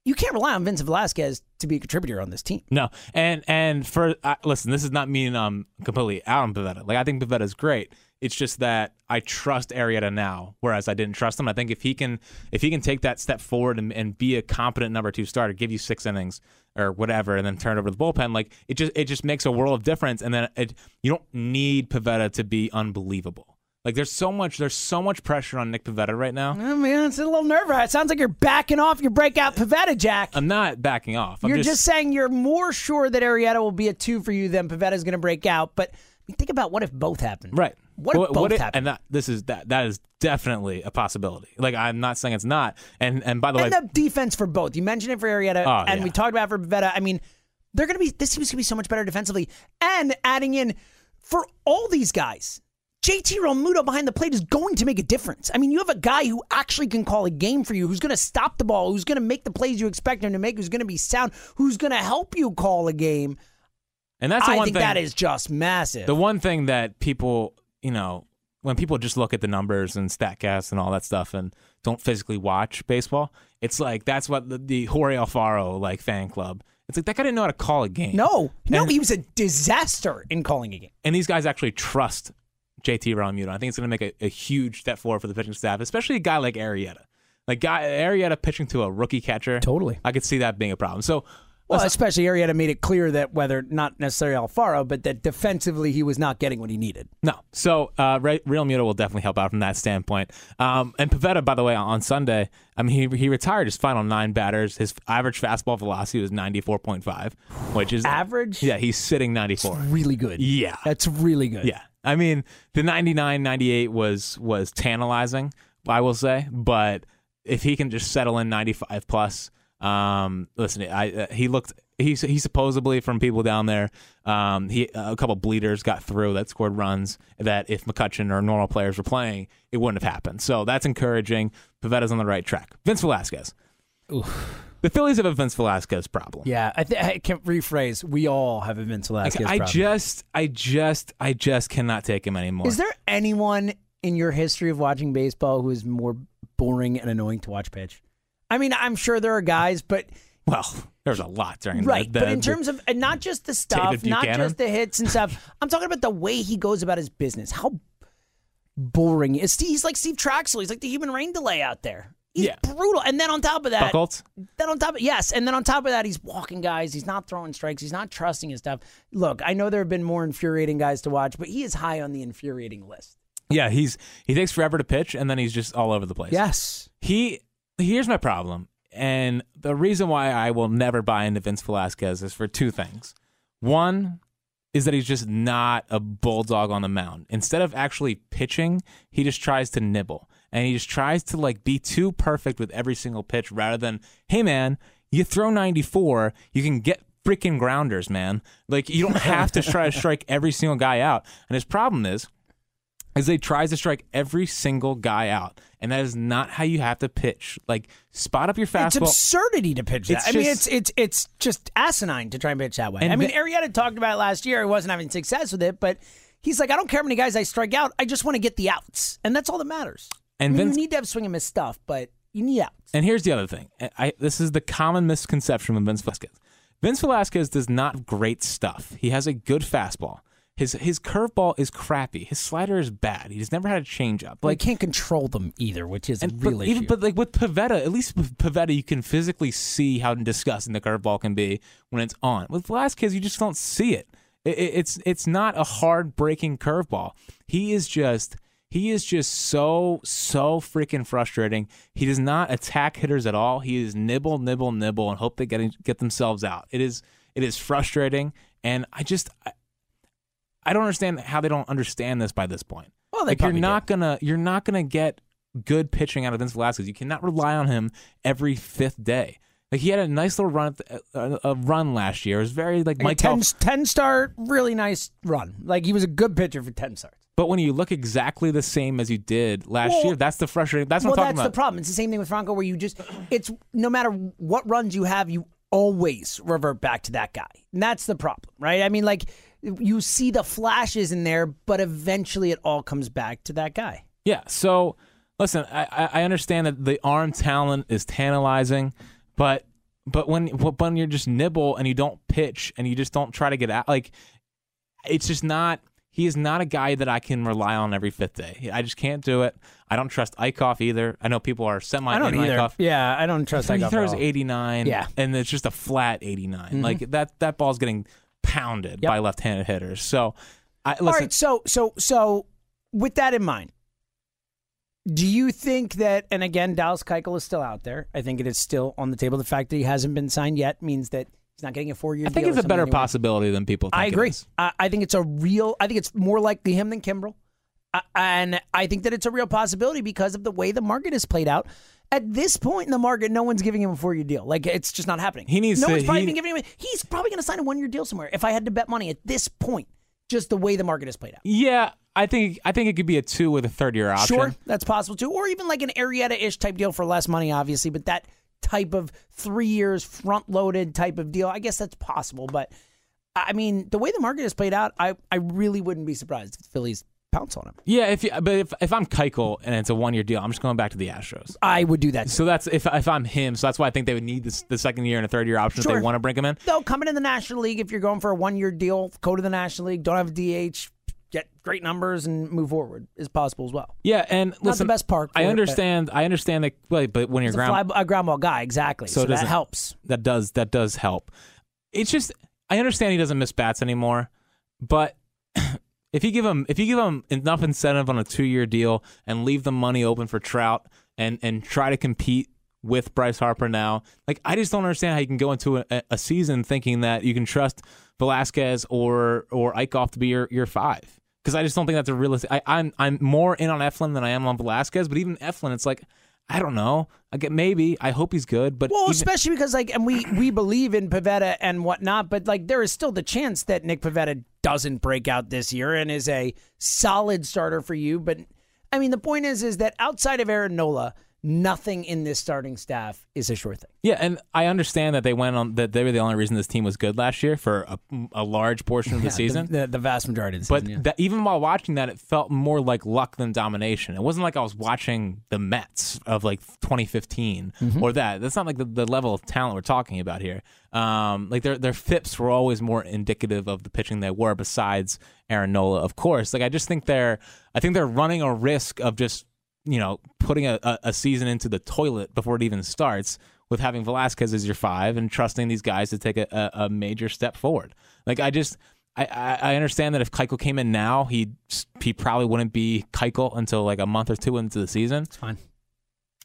[SPEAKER 3] you can't rely on Vincent Velasquez to be a contributor on this team.
[SPEAKER 4] No, and and for I listen, this is not meaning I'm completely out on Pavetta. Like I think Pavetta's great. It's just that I trust Arietta now, whereas I didn't trust him. I think if he can if he can take that step forward and, and be a competent number two starter, give you six innings or whatever, and then turn it over to the bullpen, like it just it just makes a world of difference. And then it, you don't need Pavetta to be unbelievable. Like there's so much there's so much pressure on Nick Pavetta right now.
[SPEAKER 3] Oh man, it's a little nerve wracking. It sounds like you're backing off your breakout Pavetta, Jack.
[SPEAKER 4] I'm not backing off. I'm
[SPEAKER 3] you're just, saying you're more sure that Arietta will be a two for you than Pavetta's going to break out. But I mean, think about what if both happen.
[SPEAKER 4] Right.
[SPEAKER 3] What if both happen?
[SPEAKER 4] And that this is that that is definitely a possibility. Like I'm not saying it's not. And and by the way,
[SPEAKER 3] and the defense for both. You mentioned it for Arietta,
[SPEAKER 4] Oh,
[SPEAKER 3] and
[SPEAKER 4] yeah.
[SPEAKER 3] we talked about it for Pavetta. I mean, they're going to be this team's going to be so much better defensively. And adding in for all these guys, JT Realmuto behind the plate is going to make a difference. I mean, you have a guy who actually can call a game for you, who's going to stop the ball, who's going to make the plays you expect him to make, who's going to be sound, who's going to help you call a game.
[SPEAKER 4] and that's the
[SPEAKER 3] I
[SPEAKER 4] one
[SPEAKER 3] think
[SPEAKER 4] thing.
[SPEAKER 3] that is just massive.
[SPEAKER 4] the one thing that people, you know, when people just look at the numbers and Statcast and all that stuff and don't physically watch baseball, it's like that's what the, the Jorge Alfaro like fan club. It's like that guy didn't know how to call a game.
[SPEAKER 3] no, no,
[SPEAKER 4] And-
[SPEAKER 3] he was a disaster in calling a game.
[SPEAKER 4] and these guys actually trust JT Realmuto. I think it's going to make a, a huge step forward for the pitching staff, especially a guy like Arietta. Like guy Arietta pitching to a rookie catcher.
[SPEAKER 3] Totally.
[SPEAKER 4] I could see that being a problem. So
[SPEAKER 3] Well, especially Arietta made it clear that whether not necessarily Alfaro, but that defensively he was not getting what he needed.
[SPEAKER 4] No. So uh, Re- Real Muto will definitely help out from that standpoint. Um, and Pavetta, by the way, on Sunday, I mean he he retired his final nine batters. His average fastball velocity was ninety four point five, which is
[SPEAKER 3] Average?
[SPEAKER 4] Yeah, he's sitting ninety four.
[SPEAKER 3] Really good.
[SPEAKER 4] Yeah.
[SPEAKER 3] That's really good.
[SPEAKER 4] Yeah. I mean, the 99 98 was was tantalizing, I will say, but if he can just settle in 95 plus, um listen, I uh, he looked he he supposedly from people down there, um he a couple bleeders got through that scored runs that if McCutcheon or normal players were playing, it wouldn't have happened. So that's encouraging. Pavetta's on the right track. Vince Velasquez. The Phillies have a Vince Velasquez problem.
[SPEAKER 3] Yeah, I, th- I can rephrase. We all have a Vince Velasquez.
[SPEAKER 4] I
[SPEAKER 3] problem.
[SPEAKER 4] just, I just, I just cannot take him anymore.
[SPEAKER 3] Is there anyone in your history of watching baseball who is more boring and annoying to watch pitch? I mean, I'm sure there are guys, but
[SPEAKER 4] well, there's a lot during
[SPEAKER 3] right.
[SPEAKER 4] the, the,
[SPEAKER 3] but in terms of and not just the stuff, not
[SPEAKER 4] Buchanan?
[SPEAKER 3] just the hits and
[SPEAKER 4] <laughs>
[SPEAKER 3] stuff. I'm talking about the way he goes about his business. How boring is Steve? He's like Steve Troxel. He's like the human rain delay out there. He's
[SPEAKER 4] Yeah.
[SPEAKER 3] brutal. And then on top of that,
[SPEAKER 4] Buckholz,
[SPEAKER 3] then on top of yes, and then on top of that, he's walking guys. He's not throwing strikes. He's not trusting his stuff. Look, I know there have been more infuriating guys to watch, but he is high on the infuriating list.
[SPEAKER 4] yeah, he's he takes forever to pitch, and then he's just all over the place.
[SPEAKER 3] Yes.
[SPEAKER 4] he here's my problem and the reason why i will never buy into vince velasquez is for two things one is that he's just not a bulldog on the mound instead of actually pitching he just tries to nibble and he just tries to like be too perfect with every single pitch rather than hey man you throw 94 you can get freaking grounders man like you don't have to try to strike every single guy out and his problem is is they tries to strike every single guy out, and that is not how you have to pitch. Like spot up your
[SPEAKER 3] It's
[SPEAKER 4] fastball.
[SPEAKER 3] absurdity to pitch that.
[SPEAKER 4] It's
[SPEAKER 3] I mean, it's
[SPEAKER 4] just-
[SPEAKER 3] it's it's just asinine to try and pitch that way.
[SPEAKER 4] And
[SPEAKER 3] I mean,
[SPEAKER 4] the-
[SPEAKER 3] Arietta talked about it last year. He wasn't having success with it, but he's like, I don't care how many guys I strike out. I just want to get the outs, and that's all that matters.
[SPEAKER 4] And
[SPEAKER 3] I mean,
[SPEAKER 4] Vince-
[SPEAKER 3] you need to have swing and miss stuff, but you need outs.
[SPEAKER 4] and here's the other thing. I- I, this is the common misconception with Vince Velasquez. Vince Velasquez does not have great stuff. He has a good fastball. His his curveball is crappy. His slider is bad. He's never had a changeup.
[SPEAKER 3] Like,
[SPEAKER 4] Like
[SPEAKER 3] can't control them either, which is a
[SPEAKER 4] and
[SPEAKER 3] real
[SPEAKER 4] but,
[SPEAKER 3] issue.
[SPEAKER 4] even, but like with Pavetta, at least with Pavetta, you can physically see how disgusting the curveball can be when it's on. With Velasquez, you just don't see it. It- it- it's it's not a hard breaking curveball. He is just he is just so so freaking frustrating. He does not attack hitters at all. He is nibble nibble nibble and hope they get get themselves out. It is it is frustrating, and I just I, I don't understand how they don't understand this by this point
[SPEAKER 3] well, they
[SPEAKER 4] like you're
[SPEAKER 3] probably do.
[SPEAKER 4] not gonna you're not gonna get good pitching out of Vince Velasquez. You cannot rely on him every fifth day. Like he had a nice little run, at the- uh, a, a run last year. It was very like
[SPEAKER 3] Like
[SPEAKER 4] Mike.
[SPEAKER 3] a 10,
[SPEAKER 4] Cal-
[SPEAKER 3] 10 star, really nice run. Like he was a good pitcher for 10 stars.
[SPEAKER 4] but when you look exactly the same as you did last
[SPEAKER 3] Well-
[SPEAKER 4] year, that's the frustrating. That's
[SPEAKER 3] well,
[SPEAKER 4] what I'm
[SPEAKER 3] that's
[SPEAKER 4] talking
[SPEAKER 3] the
[SPEAKER 4] about.
[SPEAKER 3] problem. It's the same thing with Franco, where you just, it's no matter what runs you have, you always revert back to that guy. And that's the problem, right? I mean, like you see the flashes in there, but eventually it all comes back to that guy.
[SPEAKER 4] yeah. So listen, I, I- I understand that the arm talent is tantalizing, but but when when you're just nibble and you don't pitch and you just don't try to get out, like it's just not. He is not a guy that I can rely on every fifth day. I just can't do it. I don't trust Eichhoff either. I know people are semi. in Eichhoff.
[SPEAKER 3] Yeah, I don't trust
[SPEAKER 4] he throws 89.
[SPEAKER 3] Yeah. Mm-hmm.
[SPEAKER 4] and it's just a flat 89. Like that that ball's getting pounded by left-handed hitters. So, I listen.
[SPEAKER 3] All right, so so so with that in mind, do you think that and again Dallas Keuchel is still out there? I think it is still on the table. The fact that he hasn't been signed yet means that he's not getting a four year.
[SPEAKER 4] I think it's a better possibility than people. think
[SPEAKER 3] I
[SPEAKER 4] it
[SPEAKER 3] agree.
[SPEAKER 4] is.
[SPEAKER 3] I, I think it's a real. I think it's more likely him than Kimbrel, I, and I think that it's a real possibility because of the way the market has played out. At this point in the market, no one's giving him a four-year deal. Like it's just not happening.
[SPEAKER 4] He needs
[SPEAKER 3] No
[SPEAKER 4] to-
[SPEAKER 3] one's probably
[SPEAKER 4] he-
[SPEAKER 3] even giving him. He's probably going to sign a one-year deal somewhere. If I had to bet money at this point, just the way the market has played out.
[SPEAKER 4] Yeah, I think I think it could be a two with a third year option.
[SPEAKER 3] Sure, that's possible too. Or even like an Arietta ish type deal for less money, obviously, but that type of three years front loaded type of deal, I guess that's possible. But I mean, the way the market has played out, I, I really wouldn't be surprised if the Phillies pounce on him.
[SPEAKER 4] Yeah, if you, but if if I'm Keuchel and it's a one year deal, I'm just going back to the Astros.
[SPEAKER 3] I would do that. too.
[SPEAKER 4] So that's if if I'm him. So that's why I think they would need this, the second year and a third year option if
[SPEAKER 3] Sure.
[SPEAKER 4] they want to bring him in.
[SPEAKER 3] Though coming in the National League, if you're going for a one year deal, go to the National League, don't have a DH, get great numbers and move forward is possible as well.
[SPEAKER 4] Yeah, and listen,
[SPEAKER 3] the best park for it,
[SPEAKER 4] I
[SPEAKER 3] but-
[SPEAKER 4] understand. I understand that, like, but when you're
[SPEAKER 3] He's
[SPEAKER 4] ground,
[SPEAKER 3] a, fly, a ground ball guy, exactly. So,
[SPEAKER 4] So it
[SPEAKER 3] that
[SPEAKER 4] doesn't-
[SPEAKER 3] helps.
[SPEAKER 4] that does that does help. It's just I understand he doesn't miss bats anymore, but <clears throat> if you give him if you give him enough incentive on a two year deal and leave the money open for Trout and and try to compete with Bryce Harper now, like I just don't understand how you can go into a, a season thinking that you can trust Velasquez or or Eichhoff to be your your five. Because I just don't think that's a realistic. I, I'm I'm more in on Eflin than I am on Velasquez, but even Eflin, it's like I don't know. I get maybe. I hope he's good, but
[SPEAKER 3] Well,
[SPEAKER 4] even-
[SPEAKER 3] especially because like, and we we believe in Pavetta and whatnot, but like, there is still the chance that Nick Pavetta doesn't break out this year and is a solid starter for you. But I mean, the point is, is that outside of Aaron Nola, nothing in this starting staff is a sure thing.
[SPEAKER 4] Yeah, and I understand that they went on that they were the only reason this team was good last year for a, a large portion of the season.
[SPEAKER 3] The, the, the vast majority of the
[SPEAKER 4] but
[SPEAKER 3] season. yeah.
[SPEAKER 4] that, even while watching that, it felt more like luck than domination. It wasn't like I was watching the Mets of like 2015 or that. That's not like the, the level of talent we're talking about here. Um, like their their FIPS were always more indicative of the pitching they were. Besides Aaron Nola, of course. Like I just think they're I think they're running a risk of just you know, putting a, a, a season into the toilet before it even starts with having Velasquez as your five and trusting these guys to take a, a, a major step forward. Like I just I, I, I understand that if Keuchel came in now, he he probably wouldn't be Keuchel until like a month or two into the season.
[SPEAKER 3] It's fine.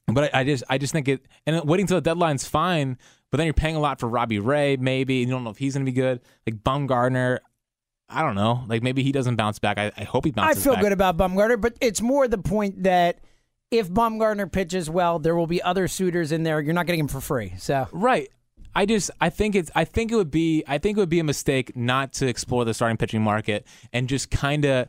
[SPEAKER 4] But I, I just I just think it and waiting till the deadline's fine. But then you're paying a lot for Robbie Ray. Maybe you don't know if he's going to be good. Like Bumgarner, I don't know. Like maybe he doesn't bounce back. I, I hope he
[SPEAKER 3] I
[SPEAKER 4] bounces.
[SPEAKER 3] feel
[SPEAKER 4] back.
[SPEAKER 3] good about Bumgarner, but it's more the point that if Bumgarner pitches well, there will be other suitors in there. You're not getting him for free. So
[SPEAKER 4] Right. I just I think it's I think it would be I think it would be a mistake not to explore the starting pitching market and just kind of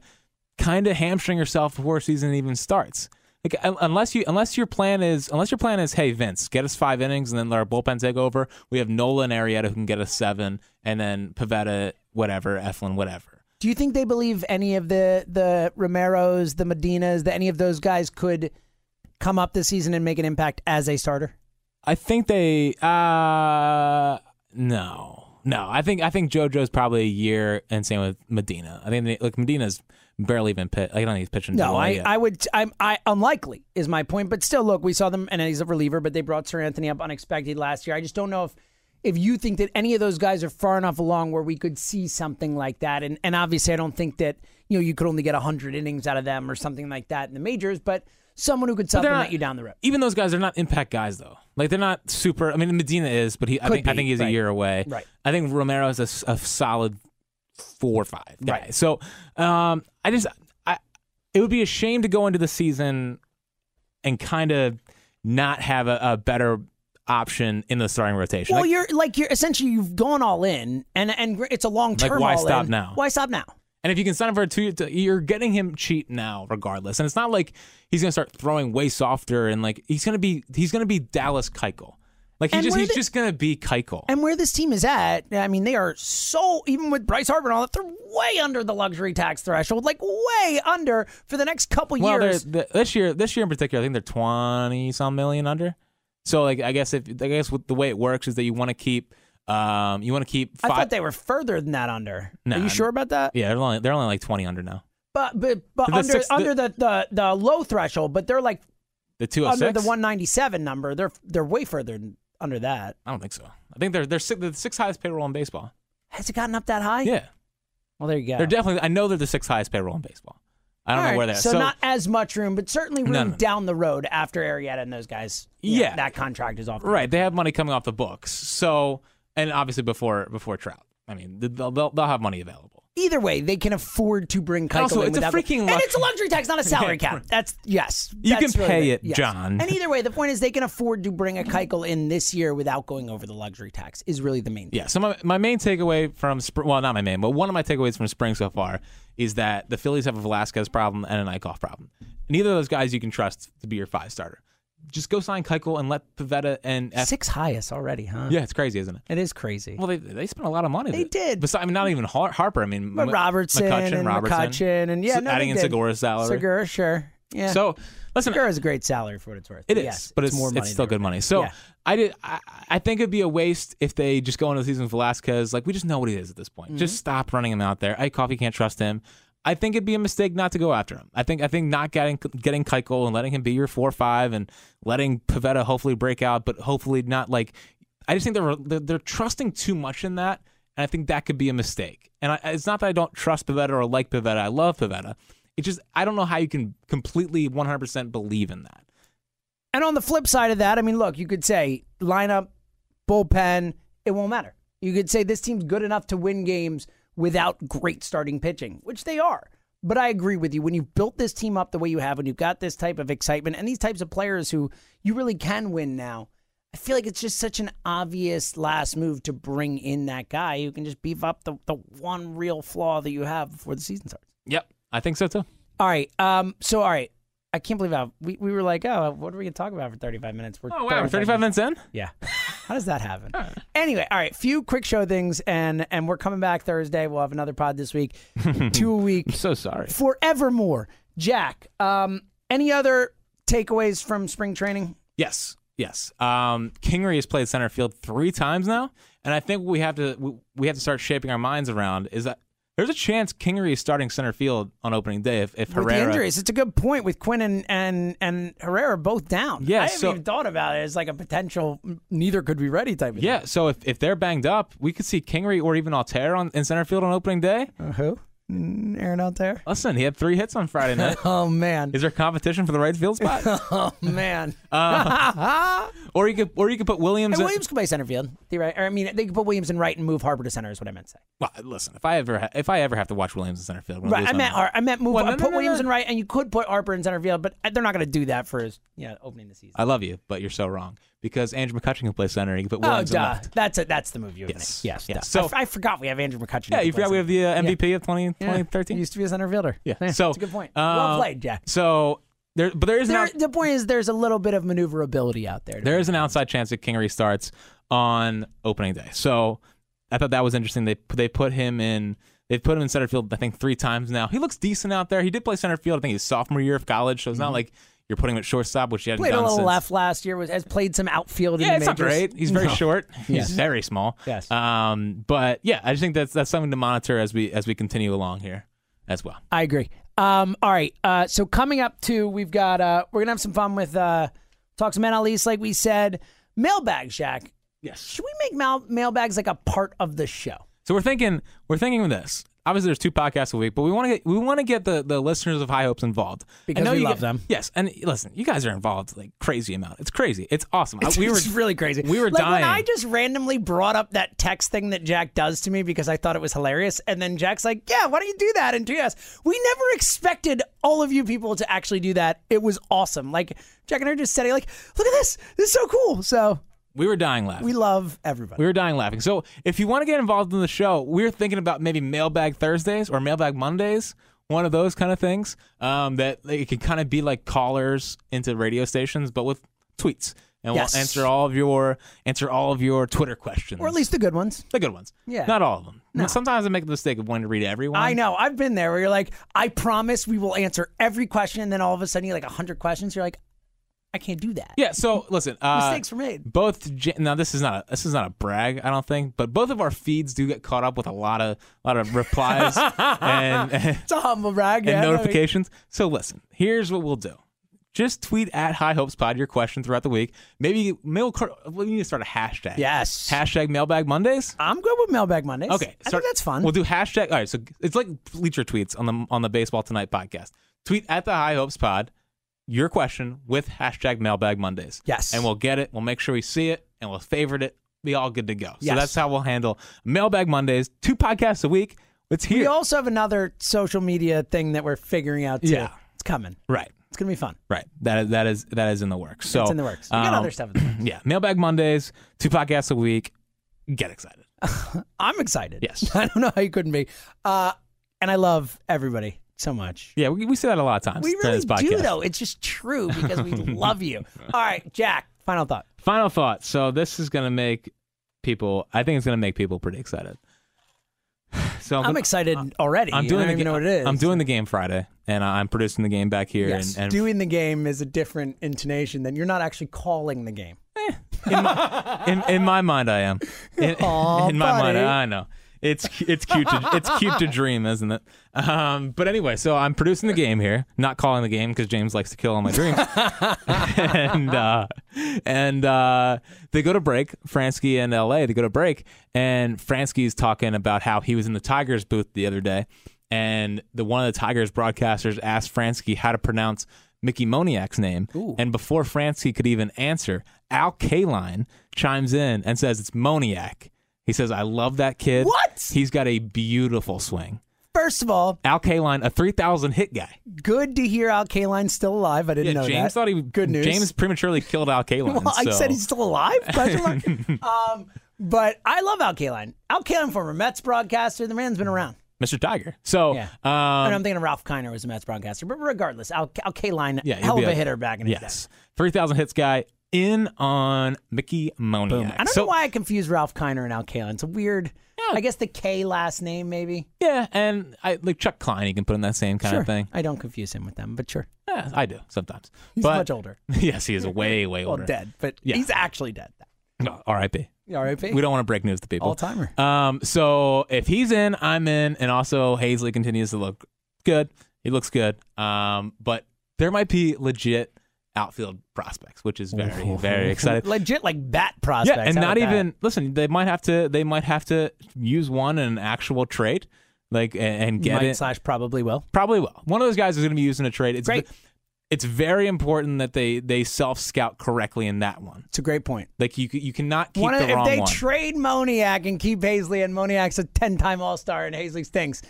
[SPEAKER 4] kind of hamstring yourself before season even starts. Like un- unless you unless your plan is unless your plan is hey Vince get us five innings and then let our bullpen take over. We have Nola and Arietta who can get us seven and then Pavetta whatever Eflin whatever.
[SPEAKER 3] do you think they believe any of the the Romeros, the Medinas, that any of those guys could come up this season and make an impact as a starter?
[SPEAKER 4] I think they uh no. No, I think I think JoJo's probably a year, and same with Medina. I think they, like Medina's barely even pit. Like, I don't think he's pitching.
[SPEAKER 3] No,
[SPEAKER 4] double A
[SPEAKER 3] I,
[SPEAKER 4] yet.
[SPEAKER 3] I would I'm I unlikely is my point. But still look, we saw them and he's a reliever, but they brought Sir Anthony up unexpected last year. I just don't know if if you think that any of those guys are far enough along where we could see something like that. And and obviously I don't think that, you know, you could only get hundred innings out of them or something like that in the majors, but someone who could
[SPEAKER 4] they're
[SPEAKER 3] supplement
[SPEAKER 4] not-
[SPEAKER 3] you down the road.
[SPEAKER 4] even those guys are not impact guys though. Like they're not super. I mean, Medina is, but he I
[SPEAKER 3] Could
[SPEAKER 4] think I
[SPEAKER 3] be,
[SPEAKER 4] think he's
[SPEAKER 3] right.
[SPEAKER 4] a year away.
[SPEAKER 3] Right.
[SPEAKER 4] I think Romero is a s- a, solid four or five. Guy.
[SPEAKER 3] Right.
[SPEAKER 4] So um, I just I it would be a shame to go into the season and kind of not have a, a better option in the starting rotation.
[SPEAKER 3] Well,
[SPEAKER 4] Like,
[SPEAKER 3] you're like you're essentially you've gone all in, and and gr- it's a long term.
[SPEAKER 4] why stop now?
[SPEAKER 3] Why stop now?
[SPEAKER 4] And if you can sign him for a two, you're getting him cheap now, regardless. And it's not like he's gonna start throwing way softer and like he's gonna be he's gonna be Dallas Keuchel. Like he
[SPEAKER 3] And
[SPEAKER 4] just
[SPEAKER 3] where
[SPEAKER 4] he's
[SPEAKER 3] the-
[SPEAKER 4] just gonna be Keuchel.
[SPEAKER 3] And where this team is at, I mean, they are so even with Bryce Harper and all that, they're way under the luxury tax threshold, like way under for the next couple
[SPEAKER 4] well, they're,
[SPEAKER 3] years.
[SPEAKER 4] th this year this year in particular, I think they're twenty some million under. So like I guess if I guess what the way it works is that you want to keep um you want to keep
[SPEAKER 3] I
[SPEAKER 4] five.
[SPEAKER 3] thought they were further than that under.
[SPEAKER 4] Nah,
[SPEAKER 3] are you
[SPEAKER 4] I'm-
[SPEAKER 3] sure about that?
[SPEAKER 4] yeah, they're only they're only like twenty under now.
[SPEAKER 3] But but, but
[SPEAKER 4] The
[SPEAKER 3] under
[SPEAKER 4] six- the-
[SPEAKER 3] under the, the the low threshold, but they're like
[SPEAKER 4] The two oh
[SPEAKER 3] under the one ninety seven number. They're they're way further than, under that.
[SPEAKER 4] I don't think so. I think they're they're six, the sixth highest payroll in baseball.
[SPEAKER 3] Has it gotten up that high?
[SPEAKER 4] Yeah,
[SPEAKER 3] Well, there you go.
[SPEAKER 4] they're definitely. I know they're the sixth highest payroll in baseball. I don't
[SPEAKER 3] All
[SPEAKER 4] know
[SPEAKER 3] right,
[SPEAKER 4] where they're.
[SPEAKER 3] So, not as much room, but certainly room
[SPEAKER 4] No, no, no.
[SPEAKER 3] down the road after Arietta and those guys. you know,
[SPEAKER 4] Yeah.
[SPEAKER 3] that contract is off. the-
[SPEAKER 4] Right, they have money coming off the books. So, and obviously before before Trout. I mean, th- they'll they'll, they'll have money available.
[SPEAKER 3] Either way, they can afford to bring Keuchel
[SPEAKER 4] also,
[SPEAKER 3] in
[SPEAKER 4] it's a
[SPEAKER 3] without-
[SPEAKER 4] freaking
[SPEAKER 3] and
[SPEAKER 4] lux-
[SPEAKER 3] it's a luxury tax, not a
[SPEAKER 4] <laughs>
[SPEAKER 3] salary
[SPEAKER 4] Yeah,
[SPEAKER 3] cap.
[SPEAKER 4] right.
[SPEAKER 3] That's yes.
[SPEAKER 4] You can
[SPEAKER 3] that's really
[SPEAKER 4] pay
[SPEAKER 3] the-
[SPEAKER 4] it,
[SPEAKER 3] yes.
[SPEAKER 4] John.
[SPEAKER 3] And either way, the point is they can afford to bring a Keuchel in this year without going over the luxury tax. Is really the main. thing.
[SPEAKER 4] Yeah. So my my main takeaway from spring, well, not my main, but one of my takeaways from spring so far is that the Phillies have a Velasquez problem and an Eichhoff problem. Neither of those guys you can trust to be your five starter. Just go sign Keuchel and let Pavetta and F-
[SPEAKER 3] Six highest already, huh?
[SPEAKER 4] yeah, it's crazy, isn't it?
[SPEAKER 3] It is crazy.
[SPEAKER 4] Well, they they spent a lot of money.
[SPEAKER 3] They did.
[SPEAKER 4] Besides, I mean, not even Har- Harper. I mean,
[SPEAKER 3] but
[SPEAKER 4] M-
[SPEAKER 3] Robertson
[SPEAKER 4] McCutcheon,
[SPEAKER 3] and
[SPEAKER 4] Robertson.
[SPEAKER 3] McCutcheon and yeah,
[SPEAKER 4] So
[SPEAKER 3] no,
[SPEAKER 4] adding
[SPEAKER 3] they
[SPEAKER 4] in
[SPEAKER 3] did.
[SPEAKER 4] Segura's salary.
[SPEAKER 3] Segura, sure. Yeah.
[SPEAKER 4] So listen,
[SPEAKER 3] Segura is a great salary for what it's worth.
[SPEAKER 4] It is,
[SPEAKER 3] Yes,
[SPEAKER 4] but it's,
[SPEAKER 3] more money.
[SPEAKER 4] it's still
[SPEAKER 3] than-
[SPEAKER 4] good money. So
[SPEAKER 3] Yeah.
[SPEAKER 4] I did. I, I think it'd be a waste if they just go into the season with Velasquez. Like we just know what he is at this point.
[SPEAKER 3] Mm-hmm.
[SPEAKER 4] Just stop running him out there. I coffee can't trust him. I think it'd be a mistake not to go after him. I think I think not getting getting Keuchel and letting him be your four or five and letting Pavetta hopefully break out, but hopefully not like. I just think they're they're, they're trusting too much in that, and I think that could be a mistake. And I, it's not that I don't trust Pavetta or like Pavetta. I love Pavetta. It just I don't know how you can completely 100% believe in that.
[SPEAKER 3] And on the flip side of that, I mean, look, you could say lineup, bullpen, it won't matter. You could say this team's good enough to win games without great starting pitching, which they are. But I agree with you. When you've built this team up the way you have, when you've got this type of excitement and these types of players who you really can win now, I feel like it's just such an obvious last move to bring in that guy who can just beef up the, the one real flaw that you have before the season starts.
[SPEAKER 4] Yep, I think so too.
[SPEAKER 3] All right. Um, so, all right. I can't believe how we, we were like, oh, what are we gonna talk about for 35 minutes? We're
[SPEAKER 4] Oh wow, we're 35 minutes in.
[SPEAKER 3] Yeah. How does that happen? anyway, all right, few quick show things and and we're coming back Thursday. We'll have another pod this
[SPEAKER 4] <laughs>
[SPEAKER 3] week. Two a week
[SPEAKER 4] So sorry.
[SPEAKER 3] forevermore. Jack, um, any other takeaways from spring training?
[SPEAKER 4] Yes, yes. Um, Kingery has played center field three times now, and I think what we have to we, we have to start shaping our minds around is that there's a chance Kingery is starting center field on opening day if, if
[SPEAKER 3] With the
[SPEAKER 4] Herrera.
[SPEAKER 3] injuries, it's a good point with Quinn and and, and Herrera both down.
[SPEAKER 4] Yeah,
[SPEAKER 3] I haven't
[SPEAKER 4] so-
[SPEAKER 3] even thought about it as like a potential mm, neither could be ready type of
[SPEAKER 4] yeah, so if, if they're banged up, we could see Kingery or even Altair on in center field on opening day.
[SPEAKER 3] thing. Who? Mm, Aaron out there?
[SPEAKER 4] Listen, he had three hits on
[SPEAKER 3] <laughs>
[SPEAKER 4] Friday night.
[SPEAKER 3] Oh man.
[SPEAKER 4] Is there competition for the right field spot?
[SPEAKER 3] <laughs> Oh
[SPEAKER 4] <laughs>
[SPEAKER 3] man.
[SPEAKER 4] or you could or you could put
[SPEAKER 3] <laughs>
[SPEAKER 4] Williams.
[SPEAKER 3] and
[SPEAKER 4] in-
[SPEAKER 3] Williams could play center field. They right- or, I mean, they could put Williams in right and move Harper to center is what I meant to say.
[SPEAKER 4] Well, listen, if I ever ha- if I ever have to watch Williams in center field, I'm gonna
[SPEAKER 3] Right.
[SPEAKER 4] lose
[SPEAKER 3] I
[SPEAKER 4] my
[SPEAKER 3] meant
[SPEAKER 4] mind.
[SPEAKER 3] Har- I meant move
[SPEAKER 4] Well, no,
[SPEAKER 3] uh,
[SPEAKER 4] no,
[SPEAKER 3] put
[SPEAKER 4] no,
[SPEAKER 3] Williams
[SPEAKER 4] no.
[SPEAKER 3] in right and you could put Harper in center field, but uh, they're not going to do that for his you know, opening the season.
[SPEAKER 4] I love you, but you're so wrong because Andrew McCutcheon can play center. You can put
[SPEAKER 3] Oh,
[SPEAKER 4] Williams in
[SPEAKER 3] duh.
[SPEAKER 4] left.
[SPEAKER 3] That's it. That's the move you would
[SPEAKER 4] Yes.
[SPEAKER 3] make. Yes.
[SPEAKER 4] Yes.
[SPEAKER 3] duh.
[SPEAKER 4] So-
[SPEAKER 3] I, f- I forgot we have Andrew McCutcheon.
[SPEAKER 4] Yeah,
[SPEAKER 3] who
[SPEAKER 4] you
[SPEAKER 3] plays
[SPEAKER 4] forgot we
[SPEAKER 3] it.
[SPEAKER 4] have the uh, MVP of 20,
[SPEAKER 3] Yeah.
[SPEAKER 4] 2013.
[SPEAKER 3] He used to be a center fielder.
[SPEAKER 4] Yeah. So
[SPEAKER 3] that's a good point. well
[SPEAKER 4] um,
[SPEAKER 3] played, Jack.
[SPEAKER 4] So there, but there is
[SPEAKER 3] There,
[SPEAKER 4] an out-
[SPEAKER 3] the point is, there's a little bit of maneuverability out there.
[SPEAKER 4] there is an outside chance that Kingery starts on opening day. So I thought that was interesting. They they put him in. They've put him in center field. I think three times now. He looks decent out there. He did play center field. I think his sophomore year of college. So it's not like you're putting him at shortstop, which he hadn't
[SPEAKER 3] Mm-hmm. played a
[SPEAKER 4] done
[SPEAKER 3] little
[SPEAKER 4] since.
[SPEAKER 3] left last year. Was has played some outfield.
[SPEAKER 4] Yeah,
[SPEAKER 3] in
[SPEAKER 4] it's
[SPEAKER 3] the
[SPEAKER 4] not
[SPEAKER 3] majors.
[SPEAKER 4] great. He's very
[SPEAKER 3] No. <laughs>
[SPEAKER 4] short.
[SPEAKER 3] Yes.
[SPEAKER 4] He's very small.
[SPEAKER 3] Yes.
[SPEAKER 4] Um. But yeah, I just think that's that's something to monitor as we as we continue along here, as well.
[SPEAKER 3] I agree. Um, all right. Uh, so coming up too, we've got uh, we're gonna have some fun with uh, talk some NLEs, like we said. Mailbag, Jack.
[SPEAKER 4] Yes.
[SPEAKER 3] Should we make mail- mailbags like a part of the show?
[SPEAKER 4] So we're thinking we're thinking of this. Obviously, there's two podcasts a week, but we want to get we want to get the, the listeners of High Hopes involved
[SPEAKER 3] Because
[SPEAKER 4] I know
[SPEAKER 3] we
[SPEAKER 4] you
[SPEAKER 3] love
[SPEAKER 4] get-
[SPEAKER 3] them.
[SPEAKER 4] Yes, and listen, you guys are involved like crazy amount. It's crazy. It's awesome. I- Uh, we
[SPEAKER 3] <laughs>
[SPEAKER 4] were
[SPEAKER 3] it's really crazy.
[SPEAKER 4] we were
[SPEAKER 3] like
[SPEAKER 4] dying.
[SPEAKER 3] when I just randomly brought up that text thing that Jack does to me because I thought it was hilarious, and then Jack's like, "Yeah, why don't you do that?" And yes, we never expected all of you people to actually do that. It was awesome. Like Jack and I just said, it, "Like, look at this. This is so cool." So
[SPEAKER 4] we were dying laughing.
[SPEAKER 3] we love everybody.
[SPEAKER 4] We were dying laughing. So if you want to get involved in the show, we're thinking about maybe Mailbag Thursdays or Mailbag Mondays, one of those kind of things. Um, that like, it could kind of be like callers into radio stations, but with tweets, and
[SPEAKER 3] Yes.
[SPEAKER 4] we'll answer all of your answer all of your Twitter questions,
[SPEAKER 3] or at least the good ones.
[SPEAKER 4] the good ones.
[SPEAKER 3] Yeah.
[SPEAKER 4] not all of them. Sometimes I make the mistake of wanting to read everyone.
[SPEAKER 3] I know. I've been there where you're like, I promise we will answer every question, and then all of a sudden you're like hundred questions. You're like, I can't do <laughs> that.
[SPEAKER 4] Yeah. So listen, uh,
[SPEAKER 3] Mistakes were made.
[SPEAKER 4] Both J- now this is not a, this is not a brag, I don't think, but both of our feeds do get caught up with a lot of a lot
[SPEAKER 3] <laughs>
[SPEAKER 4] of replies and and,
[SPEAKER 3] It's a humble brag. yeah, I know.
[SPEAKER 4] notifications. So listen, here's what we'll do. Just tweet at High Hopes Pod your question throughout the week. Maybe mail. cor- We need to start a hashtag.
[SPEAKER 3] Yes.
[SPEAKER 4] Hashtag Mailbag Mondays.
[SPEAKER 3] I'm good with mailbag Mondays.
[SPEAKER 4] Okay,
[SPEAKER 3] I
[SPEAKER 4] start-
[SPEAKER 3] think that's fun.
[SPEAKER 4] We'll do hashtag. All right, so it's like Bleacher tweets on the on the Baseball Tonight podcast. Tweet at the High Hopes Pod your question with hashtag Mailbag Mondays.
[SPEAKER 3] Yes.
[SPEAKER 4] and we'll get it. We'll make sure we see it, and we'll favorite it. Be all good to go. So
[SPEAKER 3] Yes.
[SPEAKER 4] that's how we'll handle Mailbag Mondays. Two podcasts a week. It's here.
[SPEAKER 3] We also have another social media thing that we're figuring out too.
[SPEAKER 4] Yeah.
[SPEAKER 3] It's coming.
[SPEAKER 4] right,
[SPEAKER 3] It's gonna be fun.
[SPEAKER 4] right. That is that is that is in the works. So
[SPEAKER 3] It's in the works. We got
[SPEAKER 4] um,
[SPEAKER 3] other stuff. in the works.
[SPEAKER 4] Yeah, Mailbag Mondays. Two podcasts a week. Get excited.
[SPEAKER 3] I'm excited. <laughs>
[SPEAKER 4] Yes.
[SPEAKER 3] I don't know how you couldn't be. Uh, and I love everybody so much.
[SPEAKER 4] Yeah, we, we say that a lot of times.
[SPEAKER 3] We
[SPEAKER 4] in
[SPEAKER 3] really
[SPEAKER 4] this podcast.
[SPEAKER 3] do though. It's just true because
[SPEAKER 4] <laughs>
[SPEAKER 3] we love you. All right, Jack. Final thought.
[SPEAKER 4] Final thought. So this is gonna make people. I think it's gonna make people pretty excited. <sighs> So
[SPEAKER 3] I'm
[SPEAKER 4] gonna-
[SPEAKER 3] excited already.
[SPEAKER 4] I'm
[SPEAKER 3] I
[SPEAKER 4] doing the
[SPEAKER 3] don't even
[SPEAKER 4] ga-
[SPEAKER 3] know what it is.
[SPEAKER 4] I'm doing the game Friday, and I- I'm producing the game back here.
[SPEAKER 3] Yes,
[SPEAKER 4] And, and
[SPEAKER 3] doing the game is a different intonation than you're not actually calling the game.
[SPEAKER 4] in, in my mind, I am. In,
[SPEAKER 3] <laughs> Aw,
[SPEAKER 4] in my mind,
[SPEAKER 3] buddy.
[SPEAKER 4] I know. It's it's cute to it's cute to dream, isn't it? Um, but anyway, so I'm producing the game here, not calling the game because James likes to kill all my dreams. and uh, and uh, they go to break. Fransky and LA they go to break, and Fransky's talking about how he was in the Tigers booth the other day, and the one of the Tigers broadcasters asked Fransky how to pronounce Mickey Moniak's name, and before Fransky could even answer, Al Kaline chimes in and says it's Moniak. He says, "I love that kid.
[SPEAKER 3] What?
[SPEAKER 4] He's got a beautiful swing."
[SPEAKER 3] First of all,
[SPEAKER 4] Al Kaline, a three thousand hit guy.
[SPEAKER 3] good to hear Al Kaline's still alive. I didn't know
[SPEAKER 4] James
[SPEAKER 3] that.
[SPEAKER 4] thought he
[SPEAKER 3] good news.
[SPEAKER 4] <laughs> James prematurely
[SPEAKER 3] <laughs>
[SPEAKER 4] killed Al Kaline.
[SPEAKER 3] Well, I
[SPEAKER 4] so-
[SPEAKER 3] said he's still
[SPEAKER 4] <laughs>
[SPEAKER 3] alive. Question mark. um, but I love Al Kaline. Al Kaline, former Mets broadcaster, the man's been around.
[SPEAKER 4] Mr. Tiger. So,
[SPEAKER 3] Yeah.
[SPEAKER 4] um,
[SPEAKER 3] and I'm thinking of Ralph Kiner was the Mets broadcaster, but regardless, Al, Al Kaline,
[SPEAKER 4] Yeah, he'll
[SPEAKER 3] hell
[SPEAKER 4] be
[SPEAKER 3] of a
[SPEAKER 4] up.
[SPEAKER 3] hitter back in his day.
[SPEAKER 4] yes, three thousand hits guy in on Mickey Moniak.
[SPEAKER 3] I don't
[SPEAKER 4] so,
[SPEAKER 3] know why I confuse Ralph Kiner and Al Kaline. It's a weird.
[SPEAKER 4] Yeah.
[SPEAKER 3] I guess the K last name maybe.
[SPEAKER 4] Yeah, and I like Chuck Klein. You can put in that same kind
[SPEAKER 3] sure.
[SPEAKER 4] of thing.
[SPEAKER 3] I don't confuse him with them, but sure.
[SPEAKER 4] Yeah, I do sometimes.
[SPEAKER 3] He's
[SPEAKER 4] but, <laughs>
[SPEAKER 3] much older.
[SPEAKER 4] Yes, he is
[SPEAKER 3] <laughs>
[SPEAKER 4] way, way
[SPEAKER 3] Well,
[SPEAKER 4] older.
[SPEAKER 3] dead, but
[SPEAKER 4] Yeah.
[SPEAKER 3] he's actually dead.
[SPEAKER 4] No, R.I.P.
[SPEAKER 3] R.I.P.
[SPEAKER 4] We don't want to break news to people.
[SPEAKER 3] All timer.
[SPEAKER 4] Um, so if he's in, I'm in, and also Hazley continues to look good. He looks good. Um, but there might be legit outfield prospects, which is very,
[SPEAKER 3] <laughs>
[SPEAKER 4] very exciting.
[SPEAKER 3] Legit like bat prospects.
[SPEAKER 4] Yeah, and
[SPEAKER 3] How
[SPEAKER 4] not
[SPEAKER 3] about that?
[SPEAKER 4] even listen. They might have to. They might have to use one in an actual trade, like a- and, get
[SPEAKER 3] might
[SPEAKER 4] it.
[SPEAKER 3] slash probably will.
[SPEAKER 4] Probably will. One of those guys is going to be used in a trade. It's
[SPEAKER 3] Great.
[SPEAKER 4] It's very important that they they self scout correctly in that one.
[SPEAKER 3] It's a great point.
[SPEAKER 4] Like you c- you cannot keep
[SPEAKER 3] One of-
[SPEAKER 4] the
[SPEAKER 3] if
[SPEAKER 4] wrong
[SPEAKER 3] they
[SPEAKER 4] one.
[SPEAKER 3] trade Moniac and keep Hazley, and Moniac's a ten-time All-Star and Hazley stinks,